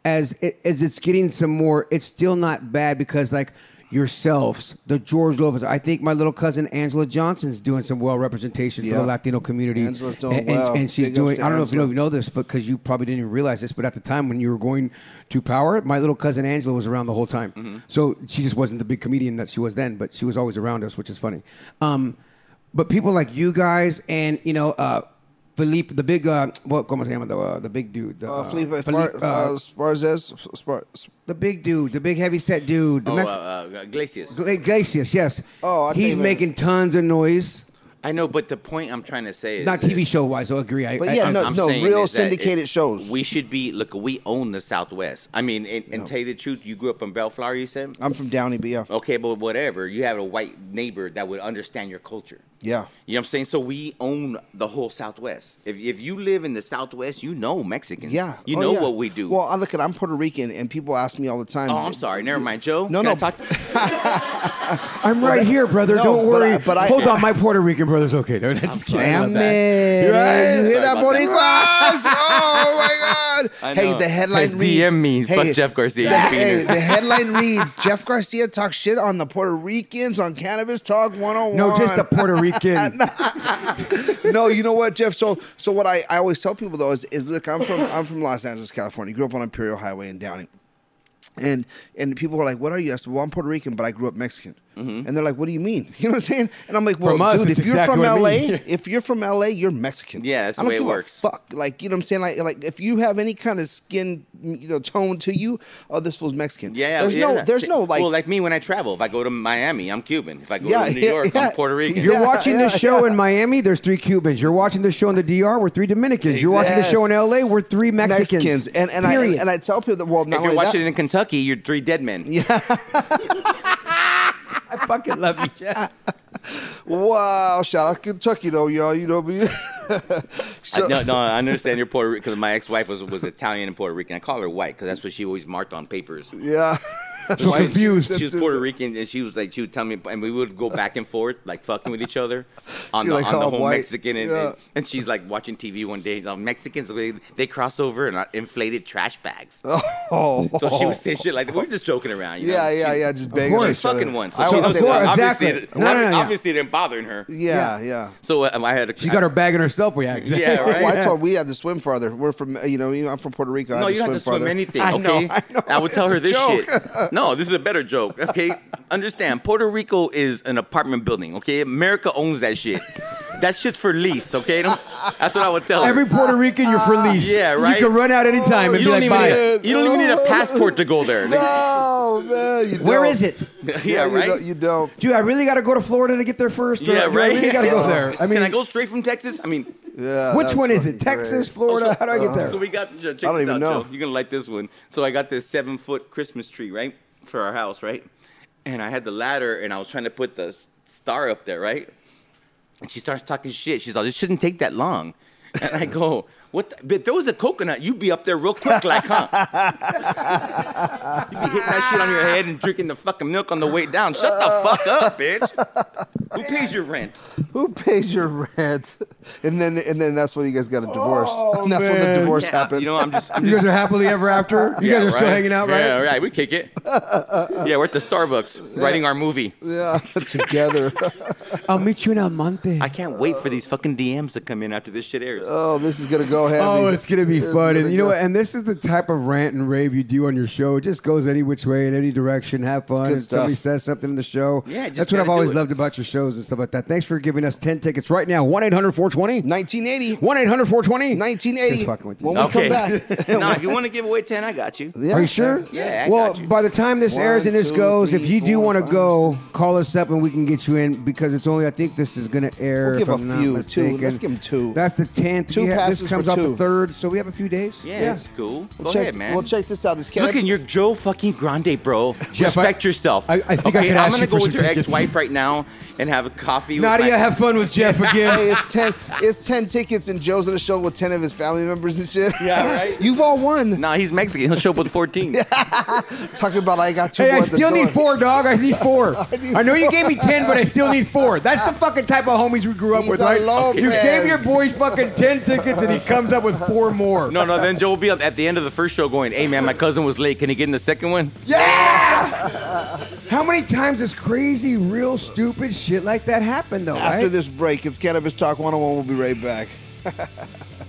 [SPEAKER 3] as it, as it's getting some more, it's still not bad because like yourselves, the George Lopez. I think my little cousin Angela Johnson's doing some well representation for
[SPEAKER 2] Yeah.
[SPEAKER 3] the Latino community.
[SPEAKER 2] Angela's doing
[SPEAKER 3] and,
[SPEAKER 2] well.
[SPEAKER 3] And, and she's
[SPEAKER 2] Big ups
[SPEAKER 3] doing.
[SPEAKER 2] to
[SPEAKER 3] I don't know if you
[SPEAKER 2] Angela.
[SPEAKER 3] know, if you know this, but because you probably didn't even realize this, but at the time when you were going to power, my little cousin Angela was around the whole time. So she just wasn't the big comedian that she was then, but she was always around us, which is funny. Um, but people like you guys and you know. Uh, Felipe, the big, uh, what, como se llama, the, uh, the big dude, the,
[SPEAKER 2] Uh, Felipe,
[SPEAKER 3] Felipe,
[SPEAKER 2] Far-
[SPEAKER 3] uh,
[SPEAKER 2] uh, Sparzes, Spar-
[SPEAKER 3] the big dude, the big heavy set dude, the
[SPEAKER 4] Oh,
[SPEAKER 3] Mex-
[SPEAKER 4] uh, uh, Iglesias.
[SPEAKER 3] Gla- Iglesias, yes.
[SPEAKER 2] Oh, I
[SPEAKER 3] he's
[SPEAKER 2] think that-
[SPEAKER 3] making tons of noise.
[SPEAKER 4] I know, but the point I'm trying to say is
[SPEAKER 3] Not TV show wise, I agree. I,
[SPEAKER 2] But
[SPEAKER 3] I-
[SPEAKER 2] yeah,
[SPEAKER 3] I-
[SPEAKER 2] no,
[SPEAKER 4] I'm saying
[SPEAKER 2] real
[SPEAKER 4] is that
[SPEAKER 2] syndicated shows.
[SPEAKER 4] We should be look. We own the Southwest. I mean, and, and tell you the truth, you grew up in Bellflower. You said
[SPEAKER 2] I'm from Downey, but yeah.
[SPEAKER 4] okay, but whatever. You have a white neighbor that would understand your culture.
[SPEAKER 2] Yeah.
[SPEAKER 4] You know what I'm saying? So we own the whole Southwest. If, if you live in the Southwest, you know Mexicans.
[SPEAKER 2] Yeah.
[SPEAKER 4] You
[SPEAKER 2] Oh,
[SPEAKER 4] know
[SPEAKER 2] yeah.
[SPEAKER 4] what we do.
[SPEAKER 2] Well, I look at I'm Puerto Rican, and people ask me all the time.
[SPEAKER 4] oh, I'm sorry. Never mind, Joe.
[SPEAKER 2] No,
[SPEAKER 4] can
[SPEAKER 2] no.
[SPEAKER 4] I talk to-
[SPEAKER 3] I'm right here, brother.
[SPEAKER 2] No,
[SPEAKER 3] don't
[SPEAKER 2] but
[SPEAKER 3] worry.
[SPEAKER 2] I- but I-
[SPEAKER 3] Hold on, my Puerto Rican brother's okay. No, just kidding.
[SPEAKER 2] Damn
[SPEAKER 4] about that.
[SPEAKER 2] it.
[SPEAKER 3] Right?
[SPEAKER 2] You hear
[SPEAKER 4] Sorry
[SPEAKER 2] that,
[SPEAKER 4] about
[SPEAKER 2] Boricuas? oh, my
[SPEAKER 4] I
[SPEAKER 2] God. Hey,
[SPEAKER 4] know.
[SPEAKER 2] the headline
[SPEAKER 4] Hey,
[SPEAKER 2] reads.
[SPEAKER 4] DM me.
[SPEAKER 2] Hey,
[SPEAKER 4] Fuck Jeff Garcia,
[SPEAKER 2] The,
[SPEAKER 4] you
[SPEAKER 2] hey,
[SPEAKER 4] fiend.
[SPEAKER 2] the headline reads Jeff Garcia talks shit on the Puerto Ricans on Cannabis Talk 101.
[SPEAKER 3] No, just a Puerto Rican.
[SPEAKER 2] no, you know what, Jeff? So, so what I, I always tell people though is, is look, I'm from I'm from Los Angeles, California. Grew up on Imperial Highway in Downey, and and people are like, "What are you?" I said, "Well, I'm Puerto Rican, but I grew up Mexican."
[SPEAKER 4] Mm-hmm.
[SPEAKER 2] And they're like, "What do you mean?" You know what I'm saying? And I'm like, "Well,
[SPEAKER 3] From us,
[SPEAKER 2] dude,
[SPEAKER 3] it's
[SPEAKER 2] if you're
[SPEAKER 3] exactly
[SPEAKER 2] from
[SPEAKER 3] what I
[SPEAKER 2] LA,
[SPEAKER 3] mean."
[SPEAKER 2] if you're from LA, you're Mexican.
[SPEAKER 4] Yeah, that's
[SPEAKER 2] I don't
[SPEAKER 4] the way it
[SPEAKER 2] give a
[SPEAKER 4] works.
[SPEAKER 2] Fuck, like you know what I'm saying? Like, like if you have any kind of skin, you know, tone to you, oh, this fool's Mexican.
[SPEAKER 4] Yeah, yeah,
[SPEAKER 2] there's
[SPEAKER 4] yeah.
[SPEAKER 2] no, there's no like,
[SPEAKER 4] Well, like me when I travel. If I go to Miami, I'm Cuban. If I go
[SPEAKER 2] Yeah,
[SPEAKER 4] to New
[SPEAKER 2] yeah,
[SPEAKER 4] York,
[SPEAKER 2] yeah.
[SPEAKER 4] I'm Puerto Rican.
[SPEAKER 3] You're
[SPEAKER 2] Yeah,
[SPEAKER 3] watching this show in Miami, there's three Cubans. You're watching this show in the DR, we're three Dominicans. You're watching this
[SPEAKER 2] Yes.
[SPEAKER 3] show in LA, we're three Mexicans.
[SPEAKER 2] Mexicans. And and I and,
[SPEAKER 3] Period.
[SPEAKER 2] and I tell people that well, not
[SPEAKER 4] if you're
[SPEAKER 2] only
[SPEAKER 4] watching
[SPEAKER 2] that,
[SPEAKER 4] it in Kentucky, you're three dead men. Yeah.
[SPEAKER 3] I fucking love you, Jeff.
[SPEAKER 2] Wow, shout out Kentucky though, y'all. You know what I mean? so,
[SPEAKER 4] no, no, I understand you're Puerto Rican because my ex-wife was was Italian and Puerto Rican. I call her white because that's what she always marked on papers.
[SPEAKER 2] Yeah.
[SPEAKER 3] So
[SPEAKER 2] Why-
[SPEAKER 3] confused.
[SPEAKER 4] She was Puerto Rican and she was like she would tell me, and we would go back and forth like fucking with each other on
[SPEAKER 2] She
[SPEAKER 4] the
[SPEAKER 2] like,
[SPEAKER 4] on the
[SPEAKER 2] "Oh,
[SPEAKER 4] whole
[SPEAKER 2] white."
[SPEAKER 4] Mexican and,
[SPEAKER 2] Yeah.
[SPEAKER 4] and, and she's like watching TV one day. Like, Mexicans they, they cross over and inflated trash bags.
[SPEAKER 2] Oh.
[SPEAKER 4] So she was saying shit like that. we were just joking around. You
[SPEAKER 2] Yeah,
[SPEAKER 4] know?
[SPEAKER 2] yeah,
[SPEAKER 4] She-
[SPEAKER 2] yeah. Just begging.
[SPEAKER 3] course.
[SPEAKER 2] each other.
[SPEAKER 4] fucking one. So
[SPEAKER 2] I
[SPEAKER 4] she
[SPEAKER 2] always
[SPEAKER 3] of
[SPEAKER 4] knows
[SPEAKER 2] say
[SPEAKER 4] that.
[SPEAKER 3] course,
[SPEAKER 2] that.
[SPEAKER 4] obviously,
[SPEAKER 3] exactly. No, no, no, yeah.
[SPEAKER 4] obviously it didn't bothering her.
[SPEAKER 2] Yeah, yeah.
[SPEAKER 4] So um, I had a,
[SPEAKER 3] She got her bagging herself. We act.
[SPEAKER 4] Yeah,
[SPEAKER 2] Oh,
[SPEAKER 4] right.
[SPEAKER 2] well, I told we had to swim farther. We're from, you know, I'm from Puerto Rico. I
[SPEAKER 4] no,
[SPEAKER 2] had
[SPEAKER 4] you don't
[SPEAKER 2] to
[SPEAKER 4] have to
[SPEAKER 2] swim
[SPEAKER 4] swim
[SPEAKER 2] farther.
[SPEAKER 4] anything.
[SPEAKER 2] I know,
[SPEAKER 4] okay,
[SPEAKER 2] I know.
[SPEAKER 4] would
[SPEAKER 2] It's
[SPEAKER 4] tell
[SPEAKER 2] a
[SPEAKER 4] her this
[SPEAKER 2] joke.
[SPEAKER 4] shit. No, this is a better joke. Okay, understand? Puerto Rico is an apartment building. Okay, America owns that shit. That shit's for lease. Okay, Don't- that's what I would tell her.
[SPEAKER 3] Every Puerto Rican, you're for lease.
[SPEAKER 4] Ah, Yeah, right.
[SPEAKER 3] You can run out anytime and
[SPEAKER 4] you
[SPEAKER 3] be
[SPEAKER 4] don't
[SPEAKER 3] like,
[SPEAKER 4] even
[SPEAKER 3] bye.
[SPEAKER 4] need, a- you don't even need a passport to go there.
[SPEAKER 2] No, Oh, man. You
[SPEAKER 3] Where
[SPEAKER 2] don't.
[SPEAKER 3] is it?
[SPEAKER 4] yeah,
[SPEAKER 2] You don't.
[SPEAKER 4] right.
[SPEAKER 2] You don't.
[SPEAKER 3] Dude, I really got to go to Florida to get there first. or
[SPEAKER 4] Yeah,
[SPEAKER 3] do
[SPEAKER 4] right.
[SPEAKER 3] I really got to go there. I mean,
[SPEAKER 4] can I go straight from Texas? I mean,
[SPEAKER 2] Yeah,
[SPEAKER 3] Which
[SPEAKER 2] that's
[SPEAKER 3] one is
[SPEAKER 2] fucking
[SPEAKER 3] it? Texas,
[SPEAKER 2] great.
[SPEAKER 3] Florida?
[SPEAKER 4] Also-
[SPEAKER 3] Oh, How do I get there?
[SPEAKER 4] So we got. Check this
[SPEAKER 2] I don't
[SPEAKER 4] out,
[SPEAKER 2] even know.
[SPEAKER 4] Joe. You're gonna like this one. So I got this seven foot Christmas tree, right, for our house, right, and I had the ladder, and I was trying to put the s- star up there, right, and she starts talking shit. She's like, "This shouldn't take that long," and I go. What the, but if there was a coconut, you'd be up there real quick, like, huh? you'd be hitting that shit on your head and drinking the fucking milk on the way down. Shut the fuck up, bitch. Who pays your rent?
[SPEAKER 2] Who pays your rent? And then, and then that's when you guys got a divorce. and that's when the
[SPEAKER 3] man.
[SPEAKER 2] divorce
[SPEAKER 4] Oh, Yeah,
[SPEAKER 2] happened.
[SPEAKER 4] You know, I'm just, I'm
[SPEAKER 3] You
[SPEAKER 4] just
[SPEAKER 3] guys are happily ever after. You guys are still hanging out, right?
[SPEAKER 4] Yeah, right. We kick it. yeah, we're at the Starbucks writing our movie.
[SPEAKER 2] yeah, together.
[SPEAKER 3] I'll meet you in Almonte.
[SPEAKER 4] I can't wait for these fucking DMs to come in after this shit airs.
[SPEAKER 3] Uh,
[SPEAKER 2] oh, this is gonna go heavy.
[SPEAKER 3] Oh, it's gonna be
[SPEAKER 2] It's
[SPEAKER 3] fun,
[SPEAKER 2] gonna
[SPEAKER 3] and you know
[SPEAKER 2] go-
[SPEAKER 3] what? And this is the type of rant and rave you do on your show. It just goes any which way, in any direction. Have fun.
[SPEAKER 2] good
[SPEAKER 3] and somebody
[SPEAKER 2] stuff.
[SPEAKER 3] says something in the show.
[SPEAKER 4] Yeah, just
[SPEAKER 3] that's what I've
[SPEAKER 4] gotta do
[SPEAKER 3] always
[SPEAKER 4] it.
[SPEAKER 3] loved about your shows and stuff like that. Thanks for giving us ten tickets right now. One 420
[SPEAKER 2] 1980.
[SPEAKER 3] One 420
[SPEAKER 2] 1980.
[SPEAKER 3] Just fucking with you.
[SPEAKER 2] When we
[SPEAKER 4] okay.
[SPEAKER 2] come back.
[SPEAKER 4] nah, if you want to give away ten, I got you.
[SPEAKER 2] Yeah,
[SPEAKER 3] Are you sure?
[SPEAKER 4] Yeah, I
[SPEAKER 3] well,
[SPEAKER 4] got you.
[SPEAKER 3] by the time this
[SPEAKER 2] One,
[SPEAKER 3] airs and this
[SPEAKER 2] two,
[SPEAKER 3] goes, if
[SPEAKER 2] three,
[SPEAKER 3] you do
[SPEAKER 2] four,
[SPEAKER 3] want to
[SPEAKER 2] five,
[SPEAKER 3] go, call us up and we can get you in because it's only. I think this is going to air.
[SPEAKER 2] We'll give
[SPEAKER 3] if I'm
[SPEAKER 2] a
[SPEAKER 3] not
[SPEAKER 2] few, two.
[SPEAKER 3] mistaken.
[SPEAKER 2] Let's give 'em two.
[SPEAKER 3] That's the tenth.
[SPEAKER 2] Two
[SPEAKER 3] We have-
[SPEAKER 2] passes
[SPEAKER 3] This
[SPEAKER 2] for
[SPEAKER 3] comes off
[SPEAKER 2] two.
[SPEAKER 3] the third, so we have a few days.
[SPEAKER 4] Yeah, it's cool. Go
[SPEAKER 2] We'll check,
[SPEAKER 4] ahead, man.
[SPEAKER 2] We'll check this out. This can
[SPEAKER 4] Look, and you're Joe fucking Grande, bro.
[SPEAKER 3] Jeff, I-
[SPEAKER 4] Respect yourself.
[SPEAKER 3] I- I think I
[SPEAKER 4] okay,
[SPEAKER 3] could
[SPEAKER 4] I'm
[SPEAKER 3] ask
[SPEAKER 4] gonna
[SPEAKER 3] you
[SPEAKER 4] go
[SPEAKER 3] for
[SPEAKER 4] with
[SPEAKER 3] some
[SPEAKER 4] your
[SPEAKER 3] tickets.
[SPEAKER 4] ex-wife right now and have a coffee. with
[SPEAKER 3] Nadia,
[SPEAKER 4] my,
[SPEAKER 3] have fun with Jeff
[SPEAKER 2] Hey,
[SPEAKER 3] again.
[SPEAKER 2] it's ten. It's ten tickets, and Joe's at a show with ten of his family members and shit.
[SPEAKER 4] Yeah, right.
[SPEAKER 2] You've all won.
[SPEAKER 4] Nah, he's Mexican. He'll show up with 14.
[SPEAKER 2] Talking about I got two.
[SPEAKER 3] Hey,
[SPEAKER 2] more
[SPEAKER 3] I
[SPEAKER 2] at the
[SPEAKER 3] still need
[SPEAKER 2] door.
[SPEAKER 3] four, dog. I need four. I,
[SPEAKER 2] need
[SPEAKER 3] know you gave me ten, but I still need four. That's the fucking type of homies we grew up
[SPEAKER 2] He's
[SPEAKER 3] with,
[SPEAKER 2] a
[SPEAKER 3] right?
[SPEAKER 2] Lopez.
[SPEAKER 3] You gave your boy fucking ten tickets, and he comes up with four more.
[SPEAKER 4] No, no. Then Joe will be up at the end of the first show going, "Hey, man, my cousin was late. Can he get in the second one?"
[SPEAKER 3] Yeah. How many times does crazy, real, stupid shit like that happen though?
[SPEAKER 2] After
[SPEAKER 3] right?
[SPEAKER 2] this break, it's Cannabis Talk 101. We'll be right back.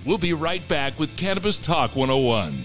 [SPEAKER 1] We'll be right back with Cannabis Talk 101.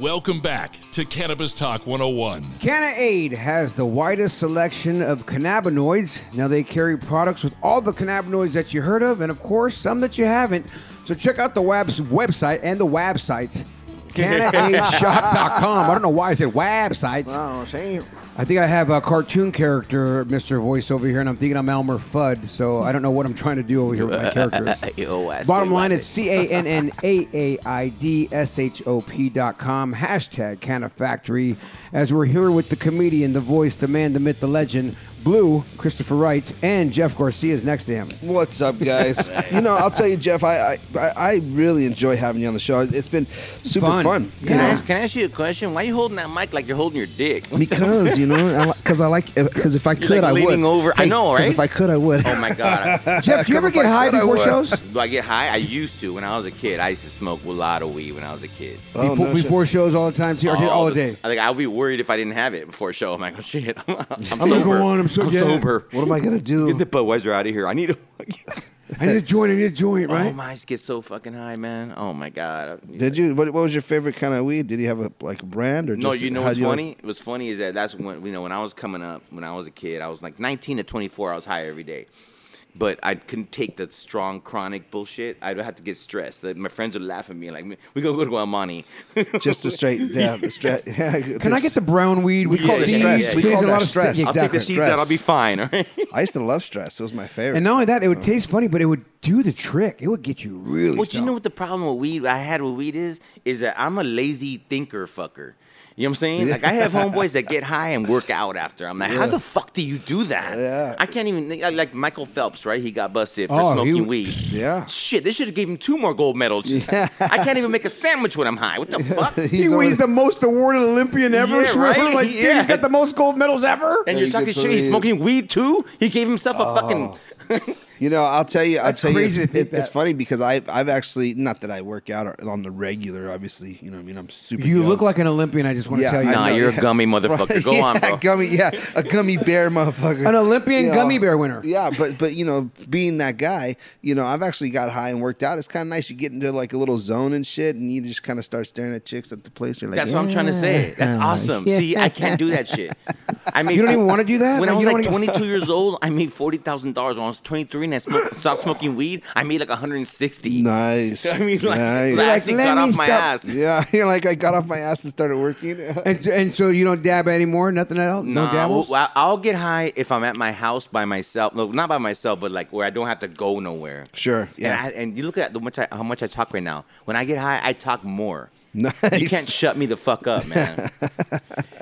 [SPEAKER 1] Welcome back to Cannabis Talk 101.
[SPEAKER 3] CannaAid has the widest selection of cannabinoids. Now they carry products with all the cannabinoids that you heard of, and of course some that you haven't. So check out the WAB's website and the websites. CannaAidShop.com. I don't know why I said websites.
[SPEAKER 2] Oh, shame.
[SPEAKER 3] I think I have a cartoon character, Mr. Voice, over here, and I'm thinking I'm Elmer Fudd, so I don't know what I'm trying to do over here with my characters.
[SPEAKER 4] Yo, ask
[SPEAKER 3] Bottom
[SPEAKER 4] me
[SPEAKER 3] line,
[SPEAKER 4] about
[SPEAKER 3] it's C A N N A A I D S H O P dot com, hashtag Canna Factory, as we're here with the comedian, the voice, the man, the myth, the legend, Blue, Christopher Wright, and Jeff Garcia is next to him.
[SPEAKER 2] What's up, guys? you know, I'll tell you, Jeff. I, I I I really enjoy having you on the show. It's been super
[SPEAKER 3] Fun.
[SPEAKER 2] fun.
[SPEAKER 4] it. Can I, ask, can I ask you a question? Why you holding that mic like you're holding your dick?
[SPEAKER 2] Because you know, because I, like because if I
[SPEAKER 4] You're, like,
[SPEAKER 2] could, I would.
[SPEAKER 4] leaning over- I know,
[SPEAKER 2] 'cause
[SPEAKER 4] right?
[SPEAKER 2] If I could, I would.
[SPEAKER 4] Oh my god!
[SPEAKER 3] Jeff, do you ever
[SPEAKER 2] Because
[SPEAKER 3] get
[SPEAKER 2] if I
[SPEAKER 3] high
[SPEAKER 2] could, I
[SPEAKER 3] before
[SPEAKER 2] would.
[SPEAKER 3] shows?
[SPEAKER 4] Do I get high? I used to when I was a kid. I used to smoke a lot of weed when I was a kid.
[SPEAKER 2] Oh,
[SPEAKER 3] before,
[SPEAKER 2] no shit.
[SPEAKER 3] before shows all the time, too, or just all
[SPEAKER 4] the
[SPEAKER 3] day.
[SPEAKER 4] t- Like I would be worried if I didn't have it before a show. I'm like, oh shit, I'm, I'm,
[SPEAKER 3] gonna
[SPEAKER 4] sober.
[SPEAKER 3] go on, I'm so- yeah.
[SPEAKER 4] sober.
[SPEAKER 2] What am I gonna
[SPEAKER 4] Get
[SPEAKER 2] do?
[SPEAKER 4] the Budweiser out of here. I need to.
[SPEAKER 3] I need a joint, I need a joint,
[SPEAKER 4] Oh,
[SPEAKER 3] right?
[SPEAKER 4] my, I used to get so fucking high, man. Oh my god.
[SPEAKER 2] Did you? What, what was your favorite kind of weed? Did you have a like brand or? Just,
[SPEAKER 4] No, you know
[SPEAKER 2] how'd
[SPEAKER 4] what's
[SPEAKER 2] like-
[SPEAKER 4] funny? what's funny is that that's when you know when I was coming up, when I was a kid, I was like 19 to 24. I was high every day, but I couldn't take the strong chronic bullshit. I'd have to get stressed. Like, my friends would laugh at me like, "We gonna go to Guamani."
[SPEAKER 2] just a straight, yeah, the straight. Yeah,
[SPEAKER 3] Can I get the brown weed? We
[SPEAKER 2] call
[SPEAKER 4] it stress. We
[SPEAKER 2] call that stress.
[SPEAKER 4] I'll take the seeds out. I'll be fine. All right.
[SPEAKER 2] I used to love stress. It was my favorite. Uh-huh.
[SPEAKER 3] And not only that, it would taste funny, but it would do the trick. It would get you really.
[SPEAKER 4] Well, you
[SPEAKER 3] stoned.
[SPEAKER 4] know what the problem with weed I had with weed is is that I'm a lazy thinker fucker. You know what I'm saying? Like I have homeboys that get high and work out after. I'm like, how the fuck do you do that?
[SPEAKER 2] Yeah.
[SPEAKER 4] I can't even. Like, like Michael Phelps, right? He got busted for
[SPEAKER 3] Oh, he
[SPEAKER 4] smoking
[SPEAKER 3] w-
[SPEAKER 4] weed.
[SPEAKER 2] Yeah.
[SPEAKER 4] Shit, they should have gave him two more gold medals. I can't even make a sandwich when I'm high. What the fuck?
[SPEAKER 2] He's
[SPEAKER 3] He,
[SPEAKER 2] always-
[SPEAKER 3] he's the most awarded Olympian ever.
[SPEAKER 4] Yeah,
[SPEAKER 3] swimmer.
[SPEAKER 4] right?
[SPEAKER 3] Like,
[SPEAKER 4] He-
[SPEAKER 3] dude, he's
[SPEAKER 4] yeah.
[SPEAKER 3] got the most gold medals ever.
[SPEAKER 4] And you're
[SPEAKER 2] you
[SPEAKER 4] talking
[SPEAKER 2] get to
[SPEAKER 4] shit. He's
[SPEAKER 2] leave.
[SPEAKER 4] smoking weed too. He gave himself a fucking.
[SPEAKER 2] You know, I'll tell you. I'll
[SPEAKER 3] That's
[SPEAKER 2] tell
[SPEAKER 3] crazy
[SPEAKER 2] you.
[SPEAKER 3] to think
[SPEAKER 2] it- it's
[SPEAKER 3] that.
[SPEAKER 2] funny because I, I've actually not that I work out or- on the regular. Obviously, you know. what I mean, I'm super.
[SPEAKER 3] You
[SPEAKER 2] young.
[SPEAKER 3] look like an Olympian. I just want
[SPEAKER 2] Yeah,
[SPEAKER 3] to tell you.
[SPEAKER 2] Oh, I
[SPEAKER 4] Nah,
[SPEAKER 2] know,
[SPEAKER 4] you're
[SPEAKER 2] yeah.
[SPEAKER 4] a gummy motherfucker. Go
[SPEAKER 2] yeah,
[SPEAKER 4] on, bro.
[SPEAKER 2] Gummy, yeah, a gummy bear, motherfucker.
[SPEAKER 3] An Olympian
[SPEAKER 2] You know,
[SPEAKER 3] gummy bear winner.
[SPEAKER 2] Yeah, but but you know, being that guy, you know, I've actually got high and worked out. It's kind of nice. You get into like a little zone and shit, and you just kind of start staring at chicks at the place. You're like,
[SPEAKER 4] That's what I'm trying to say. That's awesome. See, I can't do that shit. I mean,
[SPEAKER 3] Uh, You don't even wanna do that?
[SPEAKER 4] When I
[SPEAKER 3] Like,
[SPEAKER 4] was
[SPEAKER 3] you
[SPEAKER 4] like
[SPEAKER 3] don't
[SPEAKER 4] 22 years old, I made forty thousand dollars. When I was 23 smothering and smoke, stopped smoking weed, I made like 160.
[SPEAKER 2] Nice.
[SPEAKER 4] I mean,
[SPEAKER 2] nice.
[SPEAKER 4] like, I
[SPEAKER 3] Like,
[SPEAKER 4] actually
[SPEAKER 3] let
[SPEAKER 4] got
[SPEAKER 3] me
[SPEAKER 4] off my
[SPEAKER 3] stop-
[SPEAKER 4] ass.
[SPEAKER 2] yeah, you're like I got off my ass and started working.
[SPEAKER 3] And, and so you don't dab anymore? Nothing else?
[SPEAKER 4] Nah,
[SPEAKER 3] no dabbles?
[SPEAKER 4] well, I- I'll get high if I'm at my house by myself. No, not by myself, but like where I don't have to go nowhere.
[SPEAKER 2] Sure, yeah.
[SPEAKER 4] And, I, and you look at the much I, how much I talk right now. When I get high, I talk more.
[SPEAKER 2] nice.
[SPEAKER 4] You can't shut me the fuck up, man.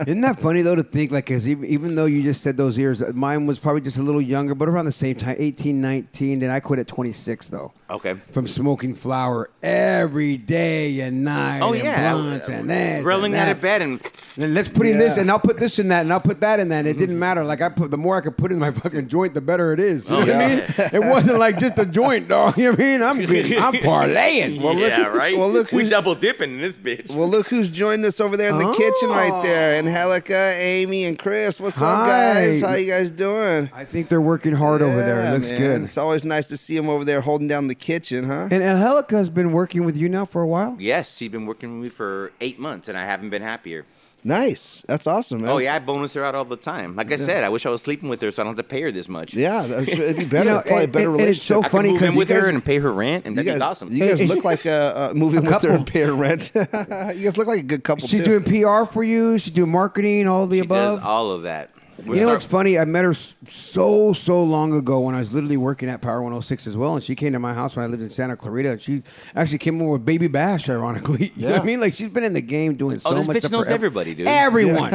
[SPEAKER 3] Isn't that funny though to think like, cause even, even though you just said those years, mine was probably just a little younger, but around the same time, 18, 19. Then I quit at 26 though.
[SPEAKER 4] Okay.
[SPEAKER 3] From smoking flower every day and night.
[SPEAKER 4] oh
[SPEAKER 3] and
[SPEAKER 4] yeah,
[SPEAKER 3] blunts and this
[SPEAKER 4] rolling
[SPEAKER 3] and
[SPEAKER 4] out
[SPEAKER 3] that.
[SPEAKER 4] of bed and
[SPEAKER 3] And let's put in this,
[SPEAKER 2] Yeah. Mm-hmm.
[SPEAKER 3] and I'll put this in that, and I'll put that in that. And it didn't matter. Like I put, the more I could put in my fucking joint, the better it is. You
[SPEAKER 4] Oh,
[SPEAKER 3] know what I mean? It wasn't like just a joint, dog. You know what I mean? I'm being, I'm parlaying.
[SPEAKER 4] yeah, right.
[SPEAKER 2] well, look
[SPEAKER 4] we
[SPEAKER 2] who's-
[SPEAKER 4] double dipping in this bitch.
[SPEAKER 2] Well, look who's joined us over there in the kitchen right there. Angelica, Amy, and Chris. What's up,
[SPEAKER 3] Oh. Hi.
[SPEAKER 2] guys? How you guys doing?
[SPEAKER 3] I think they're working hard over there. It
[SPEAKER 2] Yeah,
[SPEAKER 3] looks
[SPEAKER 2] man.
[SPEAKER 3] good.
[SPEAKER 2] It's always nice to see them over there holding down the kitchen, huh?
[SPEAKER 3] And Angelica has been working with you now for a while.
[SPEAKER 4] yes, she's been working with me for eight months, and I haven't been happier.
[SPEAKER 2] nice. That's awesome, man.
[SPEAKER 4] Oh yeah, I bonus her out all the time. Like I said, I wish I was sleeping with her so I don't have to pay her this much.
[SPEAKER 2] Yeah, that's, it'd be better.
[SPEAKER 3] You know,
[SPEAKER 2] Probably a
[SPEAKER 3] and-
[SPEAKER 2] better
[SPEAKER 3] and- and it's
[SPEAKER 2] relationship.
[SPEAKER 3] so
[SPEAKER 4] I
[SPEAKER 3] funny
[SPEAKER 4] could move
[SPEAKER 3] 'cause
[SPEAKER 4] in
[SPEAKER 3] you
[SPEAKER 4] with her
[SPEAKER 3] guys-
[SPEAKER 4] and pay her rent, and
[SPEAKER 2] You
[SPEAKER 4] that'd
[SPEAKER 2] guys,
[SPEAKER 4] be awesome.
[SPEAKER 2] you guys look like a, uh moving with her
[SPEAKER 3] couple.
[SPEAKER 2] and paying rent. you guys look like a good couple.
[SPEAKER 3] She's
[SPEAKER 2] too.
[SPEAKER 3] doing PR for you. She's doing marketing, all of the
[SPEAKER 4] she
[SPEAKER 3] above.
[SPEAKER 4] does all of that.
[SPEAKER 3] you know what's funny? I met her s- so so long ago when I was literally working at Power 106 as well, and she came to my house when I lived in Santa Clarita. And she actually came over with Baby Bash, ironically. You know what I mean? Like she's been in the game doing so
[SPEAKER 4] Oh, this
[SPEAKER 3] much.
[SPEAKER 4] bitch
[SPEAKER 3] stuff
[SPEAKER 4] knows
[SPEAKER 3] for ev-
[SPEAKER 4] everybody, dude.
[SPEAKER 3] Everyone.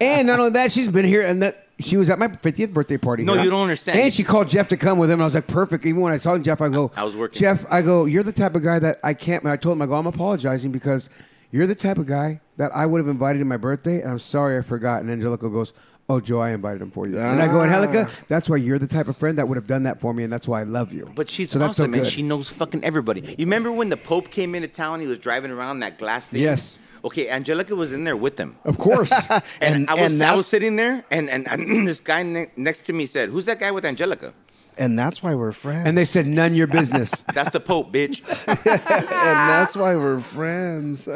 [SPEAKER 3] and not only that, she's been here and that. She was at my 50th birthday party.
[SPEAKER 4] No,
[SPEAKER 3] here.
[SPEAKER 4] you don't understand.
[SPEAKER 3] And she called Jeff to come with him, and I was like, perfect. Even when I saw Jeff, I go,
[SPEAKER 4] I was working.
[SPEAKER 3] Jeff, I go, you're the type of guy that I can't. And I told him, I go, I'm apologizing because you're the type of guy that I would have invited to my birthday, and I'm sorry I forgot. And Angelica goes, Oh, Joe, I invited him for you. And I go, Angelica, that's why you're the type of friend that would have done that for me, and that's why I love you.
[SPEAKER 4] But she's
[SPEAKER 3] so that's so
[SPEAKER 4] awesome, and
[SPEAKER 3] good.
[SPEAKER 4] she knows fucking everybody. You remember when the Pope came into town? He was driving around that glass thing.
[SPEAKER 3] Yes.
[SPEAKER 4] Okay, Angelica was in there with him.
[SPEAKER 3] Of course.
[SPEAKER 4] And,
[SPEAKER 2] And-
[SPEAKER 4] I was
[SPEAKER 2] and
[SPEAKER 4] I
[SPEAKER 2] that's-
[SPEAKER 4] was sitting there, and and, and this guy ne- next to me said, "Who's that guy with Angelica?"
[SPEAKER 2] and that's why we're friends.
[SPEAKER 3] and they said, None your business.
[SPEAKER 4] That's the Pope, bitch.
[SPEAKER 2] and that's why we're friends.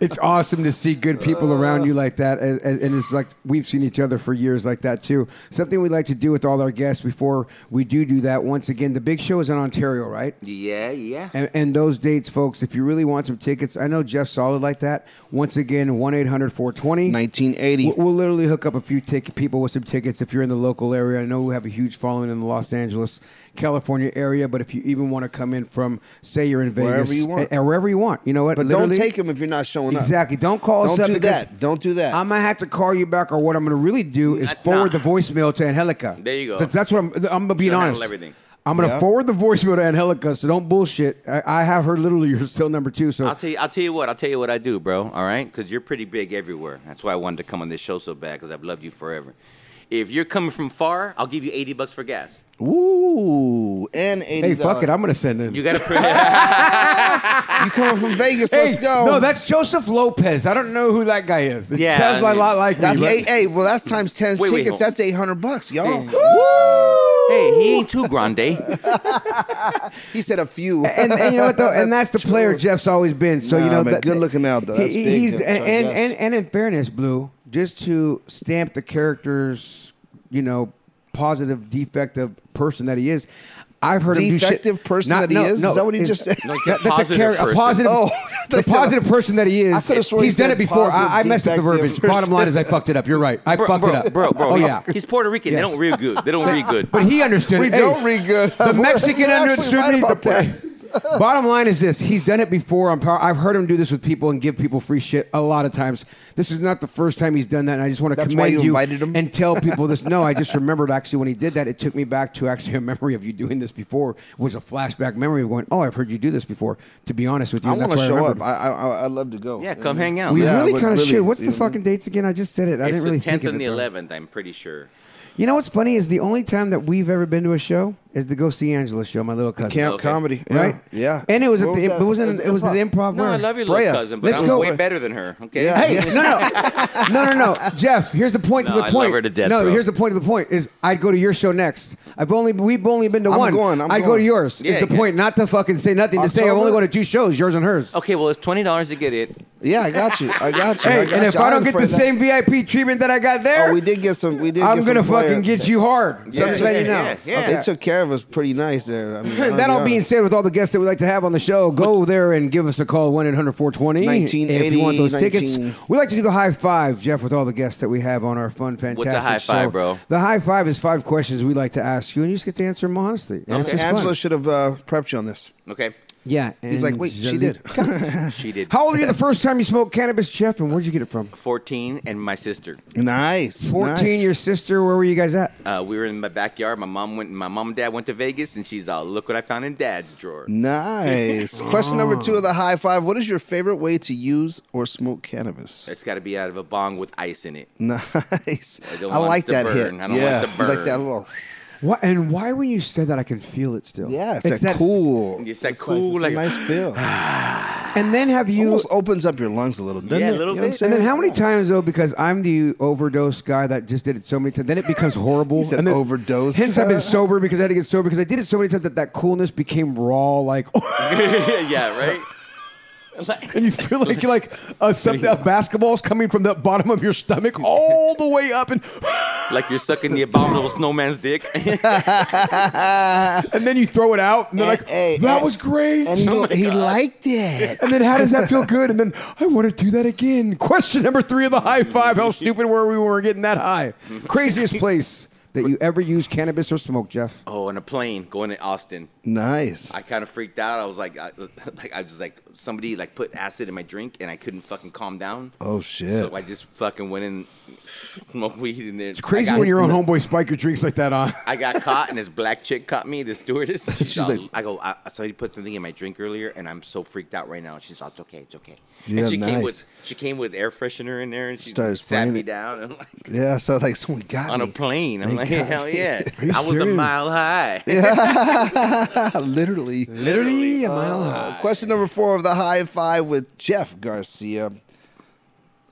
[SPEAKER 3] it's awesome to see good people around you like that and, and and it's like we've seen each other for years like that too something we like to do with all our guests before we do do that once again the big show is in ontario right
[SPEAKER 4] yeah, yeah.
[SPEAKER 3] and, and those dates folks if you really want some tickets i know jeff solid like that once again 1-800-420
[SPEAKER 2] 1980.
[SPEAKER 3] We'll, we'll literally hook up a few tick- people with some tickets if you're in the local area. I know we have a huge following in the Los Angeles, California area, but if you even want to come in from, say, you're in Vegas,
[SPEAKER 2] Wherever you want.
[SPEAKER 3] a- wherever you want, you know what?
[SPEAKER 2] But don't
[SPEAKER 3] Literally-
[SPEAKER 2] take them if you're not showing up.
[SPEAKER 3] Exactly. Don't call us
[SPEAKER 2] Don't
[SPEAKER 3] up
[SPEAKER 2] do
[SPEAKER 3] because
[SPEAKER 2] that. Don't do that.
[SPEAKER 3] I'm gonna have to call you back, or what I'm gonna really do is
[SPEAKER 4] Nah.
[SPEAKER 3] forward the voicemail to Angelica.
[SPEAKER 4] There you go.
[SPEAKER 3] That's, that's what I'm. I'm gonna be
[SPEAKER 4] She'll handle
[SPEAKER 3] honest.
[SPEAKER 4] everything.
[SPEAKER 3] I'm gonna
[SPEAKER 2] Yeah.
[SPEAKER 3] forward the voicemail to Angelica, so don't bullshit. I, I have her literally your cell number too. So
[SPEAKER 4] I'll tell you. I'll tell you what. I'll tell you what I do, bro. All right, because you're pretty big everywhere. That's why I wanted to come on this show so bad because I've loved you forever. If you're coming from far, I'll give you eighty bucks for gas.
[SPEAKER 2] Woo! And 80.
[SPEAKER 3] hey, fuck it, I'm gonna send in.
[SPEAKER 4] uh, You gotta. Pre-
[SPEAKER 2] You coming from Vegas?
[SPEAKER 3] Hey,
[SPEAKER 2] let's go.
[SPEAKER 3] No, that's Joseph Lopez. I don't know who that guy is. It
[SPEAKER 4] Yeah,
[SPEAKER 3] sounds
[SPEAKER 4] I
[SPEAKER 3] like a lot
[SPEAKER 4] mean,
[SPEAKER 3] like
[SPEAKER 2] That's
[SPEAKER 3] me.
[SPEAKER 2] eight, hey, well, that's times 10
[SPEAKER 4] Wait, wait,
[SPEAKER 2] tickets.
[SPEAKER 4] hold on.
[SPEAKER 2] that's 800 bucks, y'all.
[SPEAKER 4] hey, he ain't too grande.
[SPEAKER 2] He said a few.
[SPEAKER 3] but- and, and you know what though, and that's the player Jeff's always been. So you
[SPEAKER 2] Nah,
[SPEAKER 3] know,
[SPEAKER 2] man,
[SPEAKER 3] that-
[SPEAKER 2] good looking out, though. That's
[SPEAKER 3] he-
[SPEAKER 2] big,
[SPEAKER 3] he's
[SPEAKER 2] Jeff,
[SPEAKER 3] and,
[SPEAKER 2] I
[SPEAKER 3] and,
[SPEAKER 2] guess.
[SPEAKER 3] and and in fairness, Blue, just to stamp the character's, you know, positive defective person that he is. I've heard him do
[SPEAKER 2] Defective
[SPEAKER 3] shit.
[SPEAKER 2] person that he is? Is that what he just said? No, he's
[SPEAKER 4] a
[SPEAKER 3] that's
[SPEAKER 4] positive
[SPEAKER 3] char- a
[SPEAKER 4] person.
[SPEAKER 3] positive,
[SPEAKER 2] Oh,
[SPEAKER 3] the
[SPEAKER 2] they said-
[SPEAKER 3] positive person that he
[SPEAKER 2] I
[SPEAKER 3] is.
[SPEAKER 2] could've sworn he
[SPEAKER 3] He's done
[SPEAKER 2] said
[SPEAKER 3] it before. I, I
[SPEAKER 2] positive,
[SPEAKER 3] messed up the
[SPEAKER 2] defective
[SPEAKER 3] verbiage. Bottom line is, I fucked it up. You're right. I fucked
[SPEAKER 4] bro,
[SPEAKER 3] it up,
[SPEAKER 4] bro, bro.
[SPEAKER 3] Oh
[SPEAKER 4] he's,
[SPEAKER 3] yeah,
[SPEAKER 4] he's Puerto Rican.
[SPEAKER 3] Yes.
[SPEAKER 4] They don't read good. They don't read good.
[SPEAKER 3] But he understood
[SPEAKER 2] We
[SPEAKER 3] it.
[SPEAKER 2] don't read good.
[SPEAKER 3] The Mexican
[SPEAKER 2] You're actually
[SPEAKER 3] understood
[SPEAKER 2] right
[SPEAKER 3] me.
[SPEAKER 2] about that.
[SPEAKER 3] Bottom line is this: He's done it before. on power. I've heard him do this with people and give people free shit a lot of times. This is not the first time he's done that. And I just want to
[SPEAKER 2] That's
[SPEAKER 3] commend
[SPEAKER 2] why you invited him?
[SPEAKER 3] and tell people this. No, I just remembered actually when he did that. It took me back to actually a memory of you doing this before. It was a flashback memory of going, "Oh, I've heard you do this before." To be honest with you,
[SPEAKER 2] I
[SPEAKER 3] and that's
[SPEAKER 2] want to
[SPEAKER 3] why
[SPEAKER 2] show up.
[SPEAKER 3] remembered.
[SPEAKER 2] I, I, I- I'd love to go.
[SPEAKER 4] yeah, come hang out.
[SPEAKER 3] We
[SPEAKER 2] Yeah,
[SPEAKER 3] really
[SPEAKER 2] but
[SPEAKER 3] kind of
[SPEAKER 2] really,
[SPEAKER 3] should. What's
[SPEAKER 2] you
[SPEAKER 3] the
[SPEAKER 2] know.
[SPEAKER 3] fucking dates again? I just said it. I
[SPEAKER 4] it's
[SPEAKER 3] didn't really
[SPEAKER 4] the tenth
[SPEAKER 3] think of
[SPEAKER 4] and the
[SPEAKER 3] it, though.
[SPEAKER 4] eleventh. I'm pretty sure.
[SPEAKER 3] You know what's funny is the only time that we've ever been to a show is the Go See Angela show. My little cousin.
[SPEAKER 2] Camp
[SPEAKER 4] Okay.
[SPEAKER 2] comedy. Yeah.
[SPEAKER 3] right?
[SPEAKER 2] Yeah.
[SPEAKER 3] And it was at
[SPEAKER 2] What
[SPEAKER 3] the, it,
[SPEAKER 2] that?
[SPEAKER 3] wasn't it was at the improv.
[SPEAKER 4] No, I
[SPEAKER 3] where?
[SPEAKER 4] love your little
[SPEAKER 2] Brea,
[SPEAKER 4] cousin, but
[SPEAKER 3] let's
[SPEAKER 4] I'm
[SPEAKER 3] go.
[SPEAKER 4] way better than her. Okay.
[SPEAKER 2] Yeah.
[SPEAKER 3] Hey, no, no, no, no, no, Jeff. Here's the point
[SPEAKER 4] No,
[SPEAKER 3] to
[SPEAKER 4] I
[SPEAKER 3] the
[SPEAKER 4] love
[SPEAKER 3] point.
[SPEAKER 4] her to death,
[SPEAKER 3] no,
[SPEAKER 4] bro.
[SPEAKER 3] here's the point of the point is I'd go to your show next. I've only we've only been to
[SPEAKER 2] I'm
[SPEAKER 3] one.
[SPEAKER 2] going, I'm
[SPEAKER 3] would go
[SPEAKER 2] going.
[SPEAKER 3] to yours.
[SPEAKER 4] Yeah,
[SPEAKER 3] it's the
[SPEAKER 4] yeah.
[SPEAKER 3] point not to fucking say nothing to say I've
[SPEAKER 2] October?
[SPEAKER 3] only gone to two shows, yours and hers.
[SPEAKER 4] Okay. Well, it's twenty dollars to get it.
[SPEAKER 2] Yeah, I got you. I got you.
[SPEAKER 3] Hey,
[SPEAKER 2] I got
[SPEAKER 3] and if
[SPEAKER 2] you.
[SPEAKER 3] I don't
[SPEAKER 2] ain't
[SPEAKER 3] get the
[SPEAKER 2] afraid of that.
[SPEAKER 3] same VIP treatment that I got there,
[SPEAKER 2] Oh, we did get some. We did.
[SPEAKER 3] I'm
[SPEAKER 2] get
[SPEAKER 3] gonna
[SPEAKER 2] some player.
[SPEAKER 3] fucking get you hard.
[SPEAKER 4] Yeah,
[SPEAKER 3] so I'm just letting you know.
[SPEAKER 4] yeah, yeah, yeah.
[SPEAKER 2] They took care of us pretty nice there. I mean, I'll be
[SPEAKER 3] That all being
[SPEAKER 2] honest.
[SPEAKER 3] said, with all the guests that we like to have on the show, go there and give us a call, 1 800 420 if you want those
[SPEAKER 2] 1980,
[SPEAKER 3] tickets.
[SPEAKER 2] 19.
[SPEAKER 3] We like to do the high five, Jeff, with all the guests that we have on our fun, fantastic
[SPEAKER 4] What's a high
[SPEAKER 3] show.
[SPEAKER 4] five, bro?
[SPEAKER 3] The high five is five questions we like to ask you, and you just get to answer them honestly. And it's just fun.
[SPEAKER 2] Angela should have uh, prepped you on this.
[SPEAKER 4] Okay.
[SPEAKER 3] Yeah.
[SPEAKER 2] He's like, wait, she
[SPEAKER 3] Angelique.
[SPEAKER 2] did.
[SPEAKER 4] She did
[SPEAKER 3] How old were you the first time you smoked cannabis, Jeff, and where'd you get it from?
[SPEAKER 4] 14 and my sister.
[SPEAKER 2] nice.
[SPEAKER 3] 14,
[SPEAKER 2] nice.
[SPEAKER 3] your sister, where were you guys at?
[SPEAKER 4] Uh, we were in my backyard. My mom went. My mom and dad went to Vegas, and she's all, "Look what I found in dad's drawer."
[SPEAKER 2] Nice. Question number two of
[SPEAKER 3] Oh.
[SPEAKER 2] the high five. What is your favorite way to use or smoke cannabis?
[SPEAKER 4] It's got to be out of a bong with ice in it.
[SPEAKER 2] Nice. I,
[SPEAKER 4] I don't want
[SPEAKER 2] like
[SPEAKER 4] it to
[SPEAKER 2] that hit.
[SPEAKER 4] burn. I don't
[SPEAKER 2] yeah,
[SPEAKER 4] want it to
[SPEAKER 2] I like that
[SPEAKER 4] burn.
[SPEAKER 2] little.
[SPEAKER 3] What, and why, when you said that, I can feel it still.
[SPEAKER 2] Yeah, it's, that,
[SPEAKER 3] that
[SPEAKER 2] cool.
[SPEAKER 4] It's that cool,
[SPEAKER 2] it's a
[SPEAKER 4] like-
[SPEAKER 2] nice feel.
[SPEAKER 3] And then have you.
[SPEAKER 2] Almost opens up your lungs a little, doesn't
[SPEAKER 4] Yeah, a
[SPEAKER 2] it?
[SPEAKER 4] little
[SPEAKER 2] You know what
[SPEAKER 4] bit.
[SPEAKER 2] I'm
[SPEAKER 3] And then
[SPEAKER 2] saying?
[SPEAKER 3] how many times though? Because I'm the overdose guy that just did it so many times. Then it becomes horrible.
[SPEAKER 2] He said
[SPEAKER 3] and then,
[SPEAKER 2] overdose.
[SPEAKER 3] Hence, I've been sober because I had to get sober because I did it so many times that that coolness became raw. Like,
[SPEAKER 4] yeah, right.
[SPEAKER 3] and you feel like you're like a, some, a basketball's coming from the bottom of your stomach all the way up, and
[SPEAKER 4] Like you're sucking the abominable snowman's dick.
[SPEAKER 3] and then you throw it out, and they're like,
[SPEAKER 2] Hey, hey,
[SPEAKER 3] "That
[SPEAKER 2] hey.
[SPEAKER 3] was great."
[SPEAKER 2] And
[SPEAKER 3] And,
[SPEAKER 2] he, he liked it.
[SPEAKER 3] then how does that feel good? And then I want to do that again. Question number three of the high five: How stupid were we when we were getting that high? Craziest place that you ever used cannabis or smoke, Jeff?
[SPEAKER 4] oh, on a plane going to Austin.
[SPEAKER 2] Nice.
[SPEAKER 4] I kind of freaked out. I was like, I, like I was like, somebody like put acid in my drink, and I couldn't fucking calm down.
[SPEAKER 2] Oh shit.
[SPEAKER 4] So I just fucking went in, smoked weed in there.
[SPEAKER 3] It's crazy when your own homeboy spike your drinks like that on.
[SPEAKER 4] I got caught, and this black chick caught me, the stewardess. She's,
[SPEAKER 2] She's
[SPEAKER 4] all-
[SPEAKER 2] like-
[SPEAKER 4] I go, I, somebody put something in my drink earlier, and I'm so freaked out right now. She's all, it's okay, it's okay.
[SPEAKER 2] Yeah,
[SPEAKER 4] and she
[SPEAKER 2] nice.
[SPEAKER 4] came with, she came with air freshener in there, and she
[SPEAKER 2] Started
[SPEAKER 4] sat
[SPEAKER 2] spraying
[SPEAKER 4] me
[SPEAKER 2] it.
[SPEAKER 4] down, and like
[SPEAKER 2] yeah. So like someone got
[SPEAKER 4] on a
[SPEAKER 2] me.
[SPEAKER 4] plane. I'm
[SPEAKER 2] They
[SPEAKER 4] like,
[SPEAKER 2] got
[SPEAKER 4] hell
[SPEAKER 2] me.
[SPEAKER 4] yeah,
[SPEAKER 2] Are you
[SPEAKER 4] I was a
[SPEAKER 2] serious?
[SPEAKER 4] mile high.
[SPEAKER 2] Literally. Uh,
[SPEAKER 3] Literally a mile high.
[SPEAKER 2] Question number four of the high five with Jeff Garcia.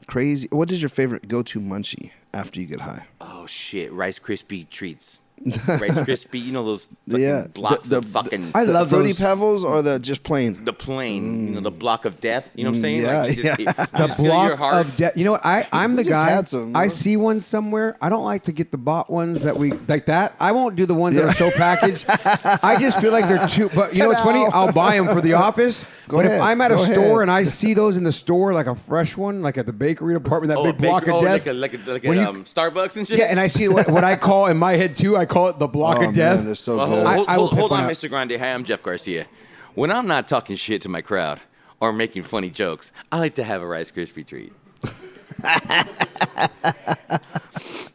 [SPEAKER 2] Crazy. What is your favorite go-to munchie after you get high?
[SPEAKER 4] Oh shit, Rice Krispie treats. Rice Krispie, you know those fucking
[SPEAKER 2] Yeah, the-
[SPEAKER 4] blocks
[SPEAKER 2] the-
[SPEAKER 4] of fucking
[SPEAKER 3] I
[SPEAKER 2] the
[SPEAKER 3] love
[SPEAKER 2] fruity
[SPEAKER 3] those.
[SPEAKER 2] pebbles or the just plain.
[SPEAKER 4] the plane, you know the block of death. You know what I'm saying?
[SPEAKER 2] Mm. Yeah,
[SPEAKER 4] like, you just,
[SPEAKER 2] yeah.
[SPEAKER 4] it- you
[SPEAKER 3] The
[SPEAKER 4] just feel your
[SPEAKER 3] block
[SPEAKER 4] heart.
[SPEAKER 3] of death. You know what? I I'm the
[SPEAKER 2] We just
[SPEAKER 3] guy.
[SPEAKER 2] had some.
[SPEAKER 3] I see one somewhere. I don't like to get the bought ones that we like that. I won't do the ones that are so packaged. I just feel like they're too. But you know what's funny?
[SPEAKER 2] Ta-da.
[SPEAKER 3] I'll buy them for the office.
[SPEAKER 2] Go
[SPEAKER 3] but
[SPEAKER 2] ahead.
[SPEAKER 3] if I'm at a
[SPEAKER 2] Go
[SPEAKER 3] store
[SPEAKER 2] ahead.
[SPEAKER 3] and I see those in the store, like a fresh one, like at the bakery department, that
[SPEAKER 4] Oh, a
[SPEAKER 3] big block
[SPEAKER 4] baker-
[SPEAKER 3] of
[SPEAKER 4] oh,
[SPEAKER 3] death.
[SPEAKER 4] like a, like a, like
[SPEAKER 3] When
[SPEAKER 4] a
[SPEAKER 3] you-
[SPEAKER 4] um, Starbucks and shit.
[SPEAKER 3] yeah, and I see what, what I call in my head too. I call it the block
[SPEAKER 2] oh
[SPEAKER 3] of death.
[SPEAKER 2] man, they're so
[SPEAKER 4] Well,
[SPEAKER 2] good.
[SPEAKER 3] I-
[SPEAKER 4] hold,
[SPEAKER 3] I will
[SPEAKER 4] hold,
[SPEAKER 3] pick
[SPEAKER 4] hold on,
[SPEAKER 3] one up.
[SPEAKER 4] Mr. Grande. Hi, I'm Jeff Garcia. When I'm not talking shit to my crowd or making funny jokes, I like to have a Rice Krispie treat.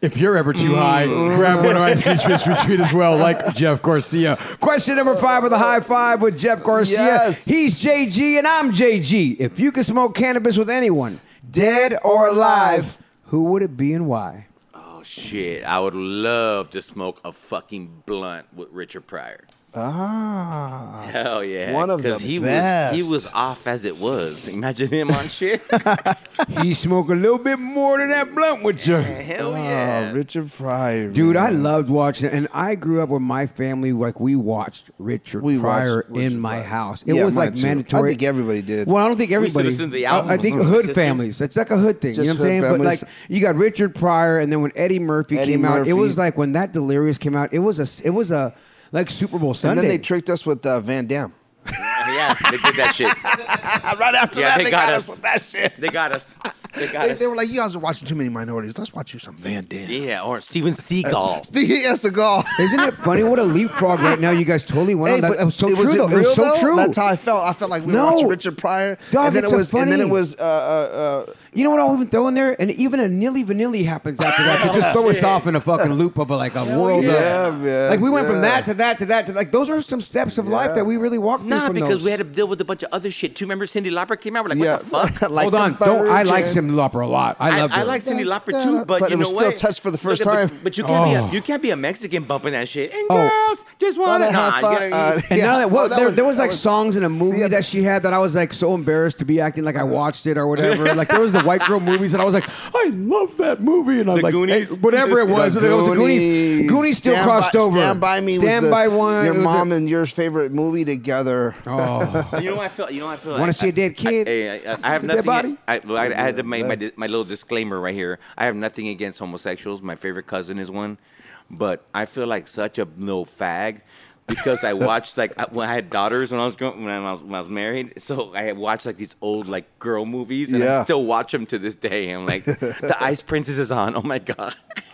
[SPEAKER 3] If you're ever too high, grab one of my speeches retreat as well, like Jeff Garcia. Question number five of the high five with Jeff Garcia.
[SPEAKER 2] Yes.
[SPEAKER 3] He's JG and I'm JG. If you could smoke cannabis with anyone, dead or alive, who would it be and why?
[SPEAKER 4] Oh shit! I would love to smoke a fucking blunt with Richard Pryor.
[SPEAKER 2] ah.
[SPEAKER 4] Hell yeah!
[SPEAKER 2] One of
[SPEAKER 4] 'Cause
[SPEAKER 2] the
[SPEAKER 4] he was
[SPEAKER 2] best.
[SPEAKER 4] he was off as it was. Imagine him on shit.
[SPEAKER 3] he smoke a little bit more than that blunt with you.
[SPEAKER 4] Hell
[SPEAKER 2] Oh,
[SPEAKER 4] yeah!
[SPEAKER 2] Richard Pryor.
[SPEAKER 3] Dude, I
[SPEAKER 2] man.
[SPEAKER 3] loved watching it. And I grew up with my family, like, we watched Richard
[SPEAKER 2] We watched
[SPEAKER 3] Pryor
[SPEAKER 2] Richard
[SPEAKER 3] in my
[SPEAKER 2] Pryor.
[SPEAKER 3] house. It
[SPEAKER 2] Yeah,
[SPEAKER 3] was
[SPEAKER 2] mine
[SPEAKER 3] like
[SPEAKER 2] too.
[SPEAKER 3] mandatory.
[SPEAKER 2] I think everybody did.
[SPEAKER 3] Well, I don't think
[SPEAKER 4] should've
[SPEAKER 3] everybody.
[SPEAKER 4] listened to the
[SPEAKER 3] I- I,
[SPEAKER 4] album.
[SPEAKER 3] think
[SPEAKER 4] My
[SPEAKER 3] hood
[SPEAKER 4] sister.
[SPEAKER 3] families. It's like a hood thing.
[SPEAKER 2] Just
[SPEAKER 3] you know what
[SPEAKER 2] hood
[SPEAKER 3] I'm saying?
[SPEAKER 2] families.
[SPEAKER 3] But like, you got Richard Pryor, and then when Eddie Murphy
[SPEAKER 2] Eddie
[SPEAKER 3] came out, it
[SPEAKER 2] Murphy.
[SPEAKER 3] was like when that Delirious came out. It was a. It was a like Super Bowl
[SPEAKER 2] And
[SPEAKER 3] Sunday.
[SPEAKER 2] then they tricked us with uh, Van Damme.
[SPEAKER 4] yeah, they did that shit.
[SPEAKER 2] Right after
[SPEAKER 4] Yeah,
[SPEAKER 2] that,
[SPEAKER 4] they
[SPEAKER 2] they
[SPEAKER 4] got
[SPEAKER 2] got
[SPEAKER 4] us.
[SPEAKER 2] us with that shit.
[SPEAKER 4] They got us. They got
[SPEAKER 2] They,
[SPEAKER 4] us.
[SPEAKER 2] they were like, "You guys are watching too many minorities. Let's watch you some Van Damme."
[SPEAKER 4] yeah, or Steven
[SPEAKER 2] Uh,
[SPEAKER 4] Seagal.
[SPEAKER 2] Yes, a goal.
[SPEAKER 3] Isn't it funny? What a leapfrog right now! You guys totally went on. That, that was so true. though. it was so true.
[SPEAKER 2] That's how I felt. I felt like we
[SPEAKER 3] No.
[SPEAKER 2] were watching Richard Pryor.
[SPEAKER 3] Dog,
[SPEAKER 2] and then
[SPEAKER 3] it's
[SPEAKER 2] it
[SPEAKER 3] a
[SPEAKER 2] was and then it
[SPEAKER 3] funny-
[SPEAKER 2] was uh, uh, uh,
[SPEAKER 3] You know what I'll even throw in there? And even a nilly vanilli happens after that to just throw us off in a fucking loop of like a world
[SPEAKER 2] yeah,
[SPEAKER 3] of.
[SPEAKER 2] man,
[SPEAKER 3] Like we went from
[SPEAKER 2] yeah.
[SPEAKER 3] that to that to that to like those are some steps of life
[SPEAKER 2] Yeah.
[SPEAKER 3] that we really walked through.
[SPEAKER 4] Nah,
[SPEAKER 3] from
[SPEAKER 4] because
[SPEAKER 3] those.
[SPEAKER 4] we had to deal with a bunch of other shit too. Remember Cindy Lauper came out? We're like,
[SPEAKER 2] yeah.
[SPEAKER 4] what the fuck?
[SPEAKER 2] like
[SPEAKER 3] Hold
[SPEAKER 2] the
[SPEAKER 3] on, don't I like
[SPEAKER 2] virgin.
[SPEAKER 3] Cindy Lauper a lot. I
[SPEAKER 4] I,
[SPEAKER 3] love her.
[SPEAKER 4] I like Cindy Lauper too, but,
[SPEAKER 2] But it
[SPEAKER 4] you know
[SPEAKER 2] was still
[SPEAKER 4] what?
[SPEAKER 2] touched for the first
[SPEAKER 4] Look,
[SPEAKER 2] time. Oh.
[SPEAKER 4] But, but you can't be a, you can't be a Mexican bumping that shit. And
[SPEAKER 3] Oh.
[SPEAKER 4] girls just want to
[SPEAKER 2] Wanna have
[SPEAKER 4] nah, you know what I mean?
[SPEAKER 2] fun, uh,
[SPEAKER 3] And
[SPEAKER 2] Yeah.
[SPEAKER 3] none of that.
[SPEAKER 2] Oh,
[SPEAKER 3] Well,
[SPEAKER 2] that
[SPEAKER 3] there,
[SPEAKER 2] was-
[SPEAKER 3] there was
[SPEAKER 2] that
[SPEAKER 3] like
[SPEAKER 2] was-
[SPEAKER 3] songs in a movie that she had that I was like so embarrassed to be acting like I watched it or whatever. like there was the white girl movies, and I was like, I love that movie, and I'm
[SPEAKER 4] The
[SPEAKER 3] like,
[SPEAKER 4] Goonies?
[SPEAKER 3] eh, whatever it was,
[SPEAKER 2] The
[SPEAKER 3] but it was the Goonies. Goonies still
[SPEAKER 2] Stand
[SPEAKER 3] crossed
[SPEAKER 2] by,
[SPEAKER 3] over.
[SPEAKER 2] Stand by me.
[SPEAKER 3] Stand
[SPEAKER 2] was the,
[SPEAKER 3] by one.
[SPEAKER 2] Your
[SPEAKER 3] it was
[SPEAKER 2] mom
[SPEAKER 3] a-
[SPEAKER 2] and yours favorite movie together.
[SPEAKER 3] oh,
[SPEAKER 4] You know what I feel? You know what I feel?
[SPEAKER 3] Wanna
[SPEAKER 4] I-
[SPEAKER 3] see a dead kid?
[SPEAKER 4] Hey, I, I, I have
[SPEAKER 3] Dead
[SPEAKER 4] nothing.
[SPEAKER 3] body?
[SPEAKER 4] I, well, I, I had to make my, di- my little disclaimer right here. I have nothing against homosexuals. My favorite cousin is one, but I feel like such a little fag because I watched like I, when I had daughters when I was growing, when, I was, when I was married. So I had watched like these old like girl movies, and I
[SPEAKER 2] Yeah.
[SPEAKER 4] still watch them to this day. I'm like, the Ice Princess is on. Oh my god.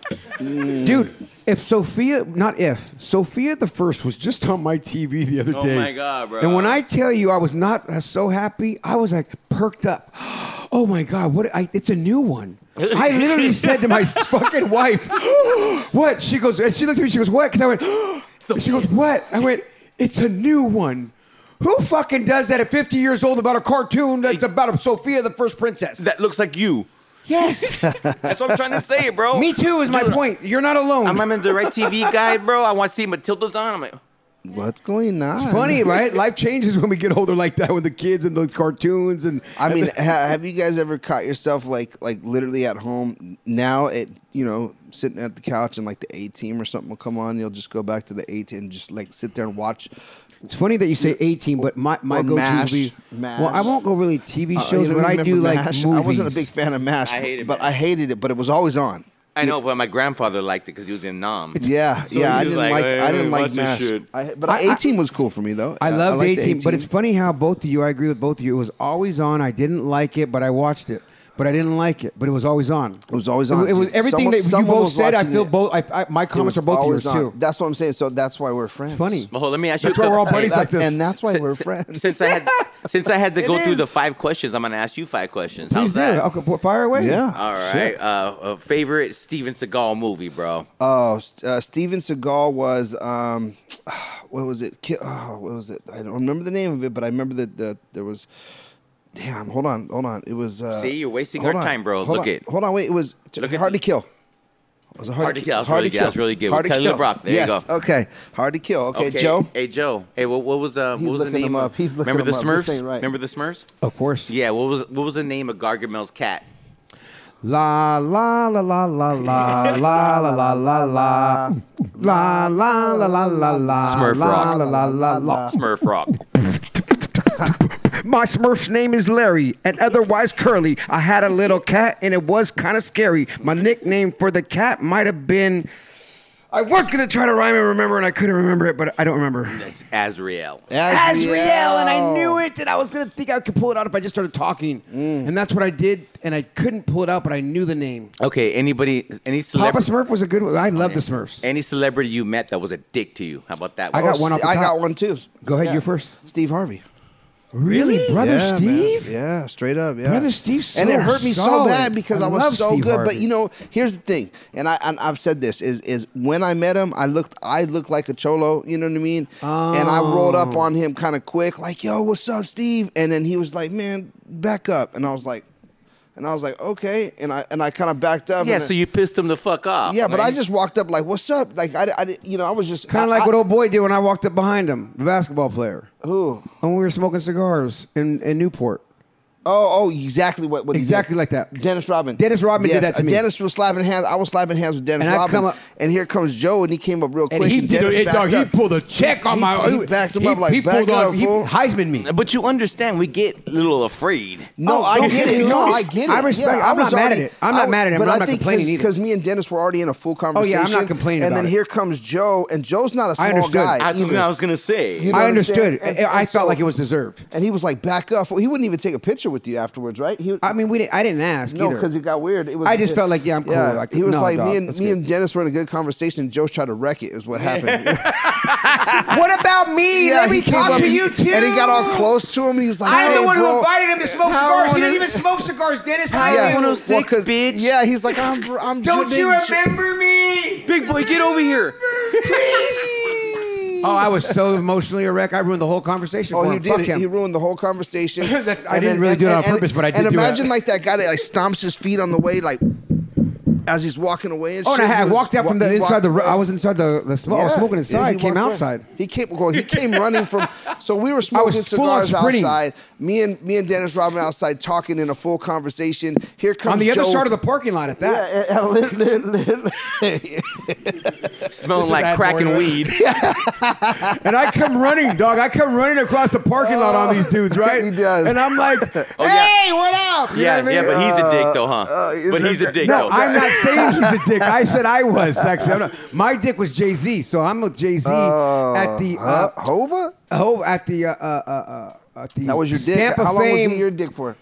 [SPEAKER 3] dude. If Sophia, not if Sophia the first was just on my TV the other
[SPEAKER 4] Oh
[SPEAKER 3] day.
[SPEAKER 4] my God, bro.
[SPEAKER 3] And when I tell you I was not uh, so happy, I was like perked up. Oh my god, what? I, it's a new one. I literally said to my fucking wife, "What?" She goes, and she looked at me. She goes, "What?" Because I went, and she goes, "What?" I went, "It's a new one." Who fucking does that at 50 years old about a cartoon that's about a Sophia the First Princess?
[SPEAKER 4] That looks like you.
[SPEAKER 3] yes.
[SPEAKER 4] That's what I'm trying to say, bro.
[SPEAKER 3] Me too is my
[SPEAKER 4] Oh, Dude,
[SPEAKER 3] point. You're not alone.
[SPEAKER 4] I'm, I'm in the right TV guide, bro. I want to see Matilda's on. I'm like.
[SPEAKER 2] What's going on?
[SPEAKER 3] It's funny, right? Life changes when we get older like that with the kids and those cartoons and
[SPEAKER 2] I mean, ha- have you guys ever caught yourself like like literally at home now? It you know sitting at the couch and like the A team or something will come on. You'll just go back to the A team and just like sit there and watch.
[SPEAKER 3] it's funny that you say 18, but my my
[SPEAKER 2] Or
[SPEAKER 3] go to
[SPEAKER 2] MASH,
[SPEAKER 3] would be
[SPEAKER 2] MASH.
[SPEAKER 3] well, I won't go really TV
[SPEAKER 2] Uh, you
[SPEAKER 3] shows,
[SPEAKER 2] know,
[SPEAKER 3] but I
[SPEAKER 2] remember
[SPEAKER 3] do like
[SPEAKER 2] MASH?
[SPEAKER 3] movies.
[SPEAKER 2] I wasn't a big fan of Mash,
[SPEAKER 4] I hated
[SPEAKER 2] but
[SPEAKER 4] MASH.
[SPEAKER 2] I hated it. But it was always on.
[SPEAKER 4] I know, but my grandfather liked it because he was in Nam.
[SPEAKER 2] Yeah,
[SPEAKER 4] So
[SPEAKER 2] yeah. I
[SPEAKER 4] he was
[SPEAKER 2] didn't
[SPEAKER 4] like,
[SPEAKER 2] like,
[SPEAKER 4] "Hey,
[SPEAKER 2] I didn't
[SPEAKER 4] watch
[SPEAKER 2] like
[SPEAKER 4] this
[SPEAKER 2] Mash.
[SPEAKER 4] shit."
[SPEAKER 2] I, but
[SPEAKER 3] I- I-
[SPEAKER 2] A team was cool for me though.
[SPEAKER 3] I love
[SPEAKER 2] liked
[SPEAKER 3] the 18, but it's funny how both of you, I agree with both of you. It was always on. I didn't like it, but I watched it. But I didn't like it. But it was always on. It
[SPEAKER 2] was always on,
[SPEAKER 3] It, was
[SPEAKER 2] dude.
[SPEAKER 3] everything
[SPEAKER 2] Someone-
[SPEAKER 3] that you
[SPEAKER 2] someone
[SPEAKER 3] both
[SPEAKER 2] was
[SPEAKER 3] said. I
[SPEAKER 2] watching
[SPEAKER 3] feel
[SPEAKER 2] it.
[SPEAKER 3] both. I, I, my
[SPEAKER 2] It
[SPEAKER 3] comments
[SPEAKER 2] was
[SPEAKER 3] are both yours
[SPEAKER 2] always
[SPEAKER 3] too.
[SPEAKER 2] on. That's what I'm saying. So that's why we're friends.
[SPEAKER 3] funny.
[SPEAKER 4] Well, hold, let me ask you.
[SPEAKER 3] That's why we're all buddies
[SPEAKER 4] Hey,
[SPEAKER 3] like this.
[SPEAKER 2] and that's why
[SPEAKER 4] si-
[SPEAKER 2] we're
[SPEAKER 4] si-
[SPEAKER 2] friends.
[SPEAKER 4] Since I had, since I had to go
[SPEAKER 3] It
[SPEAKER 4] through the
[SPEAKER 3] is.
[SPEAKER 4] five questions, I'm gonna ask you five questions.
[SPEAKER 3] Please
[SPEAKER 4] How's
[SPEAKER 3] do.
[SPEAKER 4] that?
[SPEAKER 3] Okay, well, fire away.
[SPEAKER 2] Yeah.
[SPEAKER 4] All right.
[SPEAKER 2] Shit.
[SPEAKER 4] Uh, a favorite Steven Seagal movie, bro.
[SPEAKER 2] Oh, S- uh, Steven Seagal was um, what was it? Ki- Oh, what was it? I don't remember the name of it, but I remember that the, there was. Damn, hold on, hold on. It was. Uh,
[SPEAKER 4] See, you're wasting
[SPEAKER 2] hold
[SPEAKER 4] our
[SPEAKER 2] on,
[SPEAKER 4] time, bro.
[SPEAKER 2] Hold
[SPEAKER 4] Look
[SPEAKER 2] on,
[SPEAKER 4] it.
[SPEAKER 2] Hold on, wait. It was t-
[SPEAKER 4] Look at-
[SPEAKER 2] hard to kill. It was a hard,
[SPEAKER 4] Hard to kill. That's
[SPEAKER 2] Hard
[SPEAKER 4] really
[SPEAKER 2] to
[SPEAKER 4] good.
[SPEAKER 2] kill.
[SPEAKER 4] That's really good.
[SPEAKER 2] Hard to
[SPEAKER 4] We're Taylor
[SPEAKER 2] kill.
[SPEAKER 4] Brock. There you
[SPEAKER 2] yes.
[SPEAKER 4] go.
[SPEAKER 2] Okay. Hard to kill. Okay, Joe.
[SPEAKER 4] Hey, Joe. Hey, what, what was uh,
[SPEAKER 2] He's
[SPEAKER 4] what was the
[SPEAKER 2] looking
[SPEAKER 4] name?
[SPEAKER 2] him
[SPEAKER 4] of-
[SPEAKER 2] up. He's looking
[SPEAKER 4] Remember the
[SPEAKER 2] him up.
[SPEAKER 4] Smurfs?
[SPEAKER 2] This ain't right.
[SPEAKER 4] Remember the Smurfs?
[SPEAKER 3] Of course.
[SPEAKER 4] Yeah. What was what was the name of Gargamel's cat?
[SPEAKER 3] La la la la la la la la la la la la la la la la la
[SPEAKER 4] Smurf
[SPEAKER 3] la
[SPEAKER 4] rock.
[SPEAKER 3] la la la la.
[SPEAKER 4] Smurf Rock.
[SPEAKER 3] My Smurf's name is Larry, and otherwise Curly. I had a little cat, and it was kind of scary. My nickname for the cat might have been. I was gonna try to rhyme and remember, and I couldn't remember it, but I don't remember.
[SPEAKER 4] That's Azrael.
[SPEAKER 3] Azrael, and
[SPEAKER 2] Oh,
[SPEAKER 3] I knew it, and I was gonna think I could pull it out if I just started talking, and that's what I did, and I couldn't pull it out, but I knew the name. Oh,
[SPEAKER 4] Okay. Anybody? Any
[SPEAKER 3] Papa
[SPEAKER 4] celebrity?
[SPEAKER 3] Smurf was a good one. I love the Smurfs.
[SPEAKER 4] Any celebrity you met that was a dick to you? How about that?
[SPEAKER 3] I
[SPEAKER 4] one?
[SPEAKER 3] got one off the
[SPEAKER 2] Oh, I
[SPEAKER 3] top.
[SPEAKER 2] got one too.
[SPEAKER 3] Go ahead,
[SPEAKER 2] Yeah.
[SPEAKER 3] you're first.
[SPEAKER 2] Steve Harvey.
[SPEAKER 3] Really, brother
[SPEAKER 2] yeah, man.
[SPEAKER 3] Steve?
[SPEAKER 2] Yeah, straight up. Yeah,
[SPEAKER 3] Brother Steve's
[SPEAKER 2] and
[SPEAKER 3] so
[SPEAKER 2] it hurt me
[SPEAKER 3] solid.
[SPEAKER 2] so bad because
[SPEAKER 3] I
[SPEAKER 2] I,
[SPEAKER 3] love
[SPEAKER 2] was so
[SPEAKER 3] Steve
[SPEAKER 2] good.
[SPEAKER 3] Harvey.
[SPEAKER 2] But you know, here's the thing, and I and I've said this is is when I met him, I looked I looked like a cholo. You know what I mean? And I rolled up on him kind of quick, like, "Yo, what's up, Steve?" And then he was like, "Man, back up," and I was like. And I was like, okay, and I and I kind of backed up.
[SPEAKER 4] Yeah,
[SPEAKER 2] and
[SPEAKER 4] so you pissed him the fuck off.
[SPEAKER 2] yeah, but
[SPEAKER 4] man.
[SPEAKER 2] I just walked up like, "What's up?" Like I, I you know, I was just
[SPEAKER 3] Kind
[SPEAKER 2] I-
[SPEAKER 3] of like
[SPEAKER 2] I-
[SPEAKER 3] what old boy did when I walked up behind him, the basketball player.
[SPEAKER 2] Who?
[SPEAKER 3] And we were smoking cigars in, in Newport.
[SPEAKER 2] Oh, oh, exactly what, what he did.
[SPEAKER 3] Exactly like that.
[SPEAKER 2] Dennis Robin.
[SPEAKER 3] Dennis Rodman did that to
[SPEAKER 2] uh,
[SPEAKER 3] me.
[SPEAKER 2] Dennis was slapping hands. I was slapping hands with Dennis
[SPEAKER 3] And I
[SPEAKER 2] Rodman.
[SPEAKER 3] come up-
[SPEAKER 2] and here comes Joe, and he came up real quick. Dennis
[SPEAKER 3] it,
[SPEAKER 2] backed
[SPEAKER 3] dog,
[SPEAKER 2] up.
[SPEAKER 3] a check
[SPEAKER 2] He- he backed him up like,
[SPEAKER 3] pulled
[SPEAKER 2] "Back up,
[SPEAKER 3] he
[SPEAKER 2] fool."
[SPEAKER 3] Heisman me.
[SPEAKER 4] But you understand, we get a little afraid.
[SPEAKER 2] No,
[SPEAKER 3] Oh,
[SPEAKER 2] I
[SPEAKER 3] don't
[SPEAKER 2] get
[SPEAKER 3] get me
[SPEAKER 2] it. No,
[SPEAKER 3] wrong.
[SPEAKER 2] I get it.
[SPEAKER 3] I respect-
[SPEAKER 2] Yeah,
[SPEAKER 3] I'm
[SPEAKER 2] was
[SPEAKER 3] not mad at
[SPEAKER 2] already-
[SPEAKER 3] it. I'm not
[SPEAKER 2] I-
[SPEAKER 3] mad at him,
[SPEAKER 2] But
[SPEAKER 3] I'm not
[SPEAKER 2] I think
[SPEAKER 3] complaining either. Oh,
[SPEAKER 2] because me and Dennis were already in a full conversation.
[SPEAKER 3] complaining
[SPEAKER 2] And
[SPEAKER 3] about
[SPEAKER 2] then
[SPEAKER 3] it.
[SPEAKER 2] here comes Joe, and Joe's not a small
[SPEAKER 3] understood.
[SPEAKER 2] guy
[SPEAKER 4] That's
[SPEAKER 2] either.
[SPEAKER 4] what I was gonna say.
[SPEAKER 2] You know
[SPEAKER 3] I
[SPEAKER 2] what I'm saying?
[SPEAKER 3] understood.
[SPEAKER 2] And-
[SPEAKER 3] I, I
[SPEAKER 2] and
[SPEAKER 3] felt
[SPEAKER 2] so-
[SPEAKER 3] like it was deserved.
[SPEAKER 2] And he was like, "Back up!" Well, he wouldn't even take a picture with you afterwards, right? He,
[SPEAKER 3] I mean, we didn't, I didn't ask
[SPEAKER 2] No,
[SPEAKER 3] either.
[SPEAKER 2] because it got weird. It was.
[SPEAKER 3] I just felt like, yeah, I'm cool.
[SPEAKER 2] Yeah,
[SPEAKER 3] Like,
[SPEAKER 2] he was
[SPEAKER 3] no,
[SPEAKER 2] like
[SPEAKER 3] dog,
[SPEAKER 2] me and
[SPEAKER 3] that's
[SPEAKER 2] me
[SPEAKER 3] good.
[SPEAKER 2] and Dennis were in a good conversation. Joe tried to wreck it. Is what happened.
[SPEAKER 3] what about me? Let me
[SPEAKER 2] he came
[SPEAKER 3] talk
[SPEAKER 2] up
[SPEAKER 3] to
[SPEAKER 2] and-
[SPEAKER 3] you too.
[SPEAKER 2] And he got all close to him. And he's like,
[SPEAKER 3] I'm
[SPEAKER 2] "Hey,
[SPEAKER 3] the one who
[SPEAKER 2] bro."
[SPEAKER 3] invited him to smoke
[SPEAKER 2] How
[SPEAKER 3] cigars. He
[SPEAKER 2] wanna-
[SPEAKER 3] didn't even smoke cigars. Dennis
[SPEAKER 2] Yeah,
[SPEAKER 3] Heisman.
[SPEAKER 2] well,
[SPEAKER 4] 106,
[SPEAKER 2] 'cause-
[SPEAKER 4] bitch.
[SPEAKER 2] Yeah, he's like, I'm. I'm
[SPEAKER 3] Don't
[SPEAKER 2] Jim-
[SPEAKER 3] you remember me?
[SPEAKER 4] Big boy, get over here.
[SPEAKER 3] Oh, I was so emotionally a wreck. I ruined the whole conversation.
[SPEAKER 2] Oh,
[SPEAKER 3] for
[SPEAKER 2] he
[SPEAKER 3] him.
[SPEAKER 2] did.
[SPEAKER 3] Fuck
[SPEAKER 2] it.
[SPEAKER 3] him.
[SPEAKER 2] He ruined the whole conversation.
[SPEAKER 3] That's- I
[SPEAKER 2] And
[SPEAKER 3] didn't
[SPEAKER 2] then-
[SPEAKER 3] really do it
[SPEAKER 2] and-
[SPEAKER 3] on
[SPEAKER 2] and-
[SPEAKER 3] purpose, but I did
[SPEAKER 2] And
[SPEAKER 3] do it.
[SPEAKER 2] imagine like that guy that like stomps his feet on the way, like as he's walking away. And
[SPEAKER 3] Oh, and I,
[SPEAKER 2] shit.
[SPEAKER 3] had- I
[SPEAKER 2] He was-
[SPEAKER 3] walked out from
[SPEAKER 2] wa-
[SPEAKER 3] the
[SPEAKER 2] he
[SPEAKER 3] inside the.
[SPEAKER 2] walked-
[SPEAKER 3] ru- I was inside the the smoke. I was
[SPEAKER 2] Yeah.
[SPEAKER 3] smoking
[SPEAKER 2] Yeah,
[SPEAKER 3] inside.
[SPEAKER 2] he
[SPEAKER 3] came
[SPEAKER 2] walked
[SPEAKER 3] outside.
[SPEAKER 2] Around. He came. Well, he came running from. So we were
[SPEAKER 3] was
[SPEAKER 2] smoking
[SPEAKER 3] full on
[SPEAKER 2] cigars
[SPEAKER 3] sprinting.
[SPEAKER 2] outside. Me and me and Dennis Rodman outside talking in a full conversation. Here comes
[SPEAKER 3] on the other
[SPEAKER 2] Joe-
[SPEAKER 3] side of the parking lot at that.
[SPEAKER 2] Yeah, at a lit- lit- lit-
[SPEAKER 4] Smelling
[SPEAKER 3] is bad
[SPEAKER 4] like crack
[SPEAKER 3] morning.
[SPEAKER 4] and weed.
[SPEAKER 3] And I come running, dog. I come running across the parking lot on these dudes, right?
[SPEAKER 2] Oh. He does. Oh,
[SPEAKER 3] And I'm like,
[SPEAKER 4] Oh, yeah.
[SPEAKER 3] hey, what up? You
[SPEAKER 4] yeah,
[SPEAKER 3] know what I
[SPEAKER 4] yeah,
[SPEAKER 3] mean?
[SPEAKER 4] but he's a dick though, huh?
[SPEAKER 2] uh,
[SPEAKER 4] but he's a dick
[SPEAKER 3] No,
[SPEAKER 4] though.
[SPEAKER 3] I'm not saying he's a dick. I said I was, actually. I'm not- my dick was Jay Z, so I'm with Jay Z at the
[SPEAKER 2] Oh, Huh?
[SPEAKER 3] uh,
[SPEAKER 2] Hova.
[SPEAKER 3] oh, at the uh, uh, uh, uh, at the
[SPEAKER 2] That was your dick.
[SPEAKER 3] Stamp of
[SPEAKER 2] How long was he
[SPEAKER 3] Fame.
[SPEAKER 2] your dick for?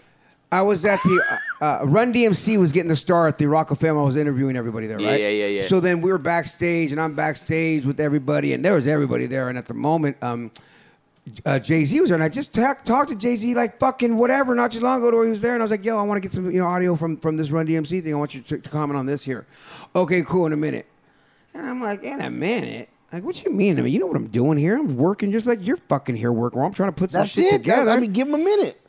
[SPEAKER 3] I was at the uh, uh, Run DMC was getting the star at the Rockefeller. I was interviewing everybody there,
[SPEAKER 4] Yeah,
[SPEAKER 3] right?
[SPEAKER 4] yeah, yeah, yeah.
[SPEAKER 3] So then we were backstage, and I'm backstage with everybody, and there was everybody there. And at the moment, um, uh, Jay Z was there, and I just ta- talked to Jay Z like fucking whatever not too long ago. To where he was there, and I was like, "Yo, I want to get some you know audio from from this Run DMC thing. I want you to, to comment on this here." Okay, cool. In a minute, and I'm like, "In a minute." Like, what you mean? I mean, you know what I'm doing here? I'm working just like you're fucking here working. I'm trying to put some
[SPEAKER 2] That's
[SPEAKER 3] shit
[SPEAKER 2] it.
[SPEAKER 3] together.
[SPEAKER 2] I mean, give him a minute.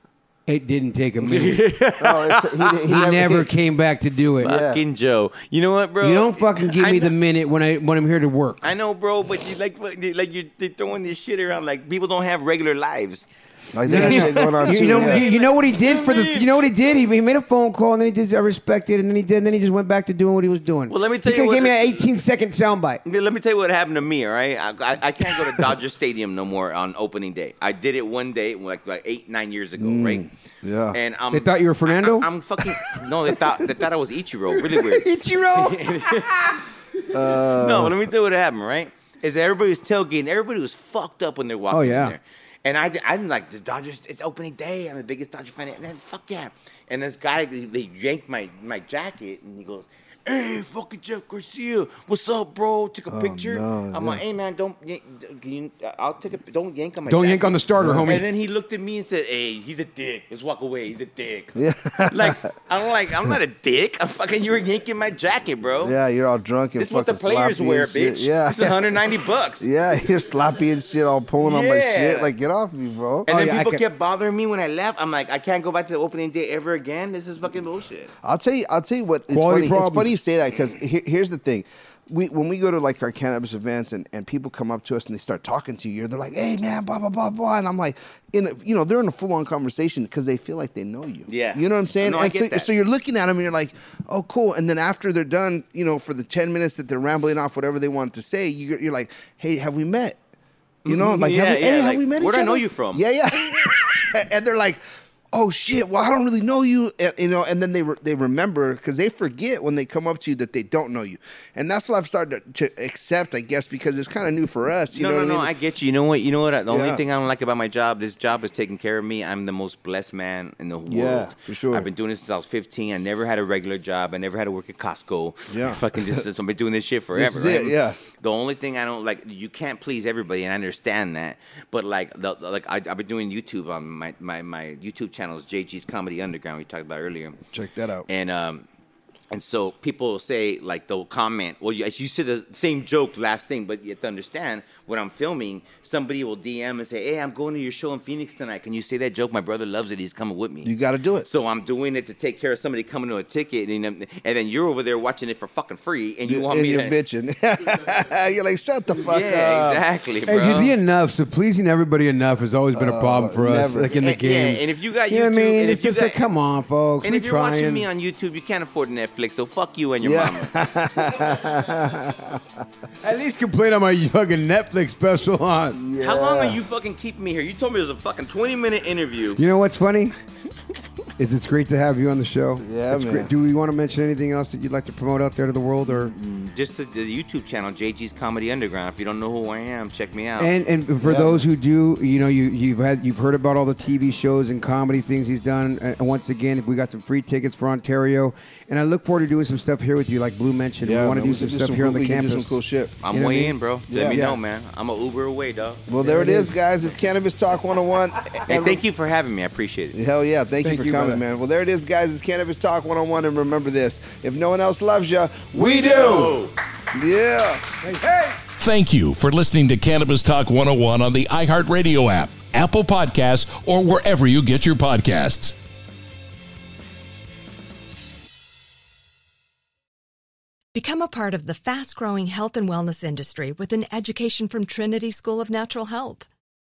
[SPEAKER 3] it didn't take a minute.
[SPEAKER 2] No, it's, he, did-
[SPEAKER 3] He never came back to do it.
[SPEAKER 4] fucking Joe. You know what, bro?
[SPEAKER 3] You don't fucking give
[SPEAKER 4] I
[SPEAKER 3] me
[SPEAKER 4] know-
[SPEAKER 3] the minute when I when I'm here to work.
[SPEAKER 4] I know, bro, but you like what- like you're they're throwing this shit around like people don't have regular lives.
[SPEAKER 2] Like Oh, that shit going on
[SPEAKER 3] You
[SPEAKER 2] too.
[SPEAKER 3] know,
[SPEAKER 2] yeah.
[SPEAKER 3] you, you know what he did for the. You know what he did. He, he made a phone call and then he did. I respect it, and then he did. And then he just went back to doing what he was doing.
[SPEAKER 4] Well, let me tell
[SPEAKER 3] he
[SPEAKER 4] you
[SPEAKER 3] coulda gave
[SPEAKER 4] what-
[SPEAKER 3] me an 18 second soundbite.
[SPEAKER 4] Yeah, Let me tell you what happened to me. All right, I, I, I can't go to Dodger Stadium no more on opening day. I did it one day, like, like eight nine years ago, right?
[SPEAKER 2] yeah.
[SPEAKER 4] And um,
[SPEAKER 3] They thought you were Fernando?
[SPEAKER 4] I, am fucking no. They thought they thought I was Ichiro. Really weird.
[SPEAKER 3] Ichiro.
[SPEAKER 4] no,
[SPEAKER 3] Uh,
[SPEAKER 4] but let me tell you what happened, right? Is that everybody was tailgating, everybody was fucked up when they're walking
[SPEAKER 3] Oh,
[SPEAKER 4] in
[SPEAKER 3] yeah.
[SPEAKER 4] there. And I, di- I didn't like the Dodgers. It's opening day. I'm the biggest Dodger fan. And then, fuck yeah. And this guy, they they yanked my, my jacket, and he goes, "Hey, fucking Jeff Garcia, what's up, bro? Took a
[SPEAKER 3] Oh,
[SPEAKER 4] picture."
[SPEAKER 2] no,
[SPEAKER 4] I'm like, "Hey, man, don't, yank, can you, I'll take a, don't yank on my.
[SPEAKER 3] Don't yank
[SPEAKER 4] jacket."
[SPEAKER 3] on the starter, homie.
[SPEAKER 4] And then he looked at me and said, "Hey, he's a dick. Let's walk away. He's a dick." Yeah. like I'm like I'm not a dick. I'm fucking you were yanking my jacket, bro.
[SPEAKER 2] Yeah, you're all drunk and
[SPEAKER 4] This is what
[SPEAKER 2] fucking
[SPEAKER 4] the players
[SPEAKER 2] sloppy
[SPEAKER 4] wear,
[SPEAKER 2] and shit.
[SPEAKER 4] bitch.
[SPEAKER 2] Yeah,
[SPEAKER 4] It's 190 bucks.
[SPEAKER 2] yeah, you're sloppy and shit, all pulling on my
[SPEAKER 4] Yeah.
[SPEAKER 2] shit. Like, get off me, bro.
[SPEAKER 4] And
[SPEAKER 3] Oh,
[SPEAKER 4] then
[SPEAKER 3] yeah, I
[SPEAKER 4] people
[SPEAKER 3] can-
[SPEAKER 4] kept bothering me when I left. I'm like, I can't go back to the opening day ever again. This is fucking bullshit.
[SPEAKER 2] I'll tell you. I'll tell you what. It's
[SPEAKER 3] Quality
[SPEAKER 2] funny.
[SPEAKER 3] problems.
[SPEAKER 2] It's funny you say that because here's the thing. We, when we go to like our cannabis events and, and people come up to us and they start talking to you, they're like, "Hey man, blah blah blah blah," and I'm like, in a, you know, they're in a full on conversation because they feel like they know you.
[SPEAKER 4] Yeah.
[SPEAKER 2] you know what I'm saying.
[SPEAKER 4] No, I
[SPEAKER 2] and
[SPEAKER 4] get
[SPEAKER 2] so,
[SPEAKER 4] that.
[SPEAKER 2] so you're looking at them and you're like, "Oh, cool." And then after they're done, you know, for the ten minutes that they're rambling off whatever they wanted to say, you, you're like, "Hey, have we met?" You know, like,
[SPEAKER 4] Mm-hmm, Yeah,
[SPEAKER 2] have we,
[SPEAKER 4] yeah,
[SPEAKER 2] hey,
[SPEAKER 4] like,
[SPEAKER 2] have we met
[SPEAKER 4] where'd
[SPEAKER 2] each
[SPEAKER 4] I
[SPEAKER 2] other?
[SPEAKER 4] know you from?
[SPEAKER 2] Yeah, yeah. and they're like, "Oh shit! Well, I don't really know you," and, you know. And then they re- they remember because they forget when they come up to you that they don't know you, and that's what I've started to, to accept, I guess, because it's kind of new for us. You
[SPEAKER 4] no,
[SPEAKER 2] know
[SPEAKER 4] no,
[SPEAKER 2] what
[SPEAKER 4] no.
[SPEAKER 2] I
[SPEAKER 4] I
[SPEAKER 2] mean?
[SPEAKER 4] get you. You know what? You know what? The
[SPEAKER 2] Yeah.
[SPEAKER 4] only thing I don't like about my job, this job is taking care of me. I'm the most blessed man in the world.
[SPEAKER 2] Yeah, for sure.
[SPEAKER 4] I've been doing this since I was 15. I never had a regular job. I never had to work at Costco.
[SPEAKER 2] Yeah.
[SPEAKER 4] I fucking just, I've been doing this shit forever.
[SPEAKER 2] is it,
[SPEAKER 4] right?
[SPEAKER 2] yeah.
[SPEAKER 4] The only thing I don't like, you can't please everybody, and I understand that. But like, the, like I, I've been doing YouTube on my, my my YouTube channel is JG's Comedy Underground. We talked about earlier.
[SPEAKER 2] Check that out.
[SPEAKER 4] And um, and so people say like they'll comment. Well, you, you said the same joke last thing, but you have to understand when I'm filming, somebody will DM and say, "Hey, I'm going to your show in Phoenix tonight. Can you say that joke? My brother loves it. He's coming with me."
[SPEAKER 2] You gotta do it.
[SPEAKER 4] So I'm doing it to take care of somebody coming to a ticket, and um, and then you're over there watching it for fucking free, and you want
[SPEAKER 2] and
[SPEAKER 4] me
[SPEAKER 2] you're
[SPEAKER 4] to.
[SPEAKER 2] bitching. you're like, "Shut the fuck
[SPEAKER 4] Yeah,
[SPEAKER 2] up."
[SPEAKER 4] exactly, bro.
[SPEAKER 3] Hey, dude, the enough. So pleasing everybody enough has always been a problem for us,
[SPEAKER 2] never.
[SPEAKER 3] like in the
[SPEAKER 4] Uh, And- yeah,
[SPEAKER 3] game.
[SPEAKER 4] and if you got
[SPEAKER 3] you know what I
[SPEAKER 4] YouTube,
[SPEAKER 3] mean,
[SPEAKER 4] and
[SPEAKER 3] it's
[SPEAKER 4] if you
[SPEAKER 3] just
[SPEAKER 4] got-
[SPEAKER 3] like, come on, folks.
[SPEAKER 4] And
[SPEAKER 3] we
[SPEAKER 4] if you're
[SPEAKER 3] trying.
[SPEAKER 4] watching me on YouTube, you can't afford Netflix, so fuck you and your
[SPEAKER 2] Yeah.
[SPEAKER 4] mama.
[SPEAKER 3] at least complain on my fucking Netflix special on.
[SPEAKER 4] How long are you fucking keeping me here? You told me it was a fucking 20 minute interview.
[SPEAKER 3] You know what's funny? Is it's great to have you on the show.
[SPEAKER 2] Yeah,
[SPEAKER 3] it's
[SPEAKER 2] man.
[SPEAKER 3] Great. Do we want to mention anything else that you'd like to promote out there to the world, or
[SPEAKER 4] Just the, the YouTube channel, JG's Comedy Underground. If you don't know who I am, check me out.
[SPEAKER 3] And and for those who do, you know, you you've had you've heard about all the TV shows and comedy things he's done. And once again, we got some free tickets for Ontario, and I look forward to doing some stuff here with you, like Blue mentioned. we want
[SPEAKER 2] man,
[SPEAKER 3] to do
[SPEAKER 2] can
[SPEAKER 3] some stuff here
[SPEAKER 2] cool,
[SPEAKER 3] on the
[SPEAKER 2] we can
[SPEAKER 3] campus.
[SPEAKER 2] Do some cool shit.
[SPEAKER 4] I'm
[SPEAKER 3] You know what I
[SPEAKER 4] way
[SPEAKER 3] mean?
[SPEAKER 4] in, bro.
[SPEAKER 2] Yeah.
[SPEAKER 4] Let me
[SPEAKER 2] Yeah.
[SPEAKER 4] know, man. I'm a Uber away, dog.
[SPEAKER 2] Well, there, it is, guys. It's Cannabis Talk 101.
[SPEAKER 4] Hey, thank you for having me. I appreciate it.
[SPEAKER 2] Hell yeah. Thank,
[SPEAKER 3] Thank
[SPEAKER 2] you for
[SPEAKER 3] you,
[SPEAKER 2] coming,
[SPEAKER 3] brother.
[SPEAKER 2] man. Well, there it is, guys. It's Cannabis Talk 101. And remember this if no one else loves you, we do. Yeah.
[SPEAKER 1] Thank you for listening to Cannabis Talk 101 on the iHeartRadio app, Apple Podcasts, or wherever you get your podcasts.
[SPEAKER 7] Become a part of the fast growing health and wellness industry with an education from Trinity School of Natural Health.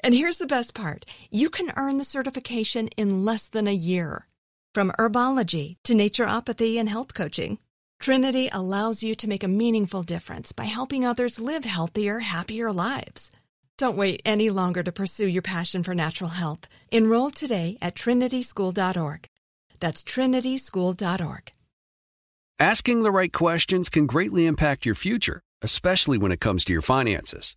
[SPEAKER 7] And here's the best part you can earn the certification in less than a year. From herbology to naturopathy and health coaching, Trinity allows you to make a meaningful difference by helping others live healthier, happier lives. Don't wait any longer to pursue your passion for natural health. Enroll today at trinityschool.org. That's trinityschool.org.
[SPEAKER 8] Asking the right questions can greatly impact your future, especially when it comes to your finances.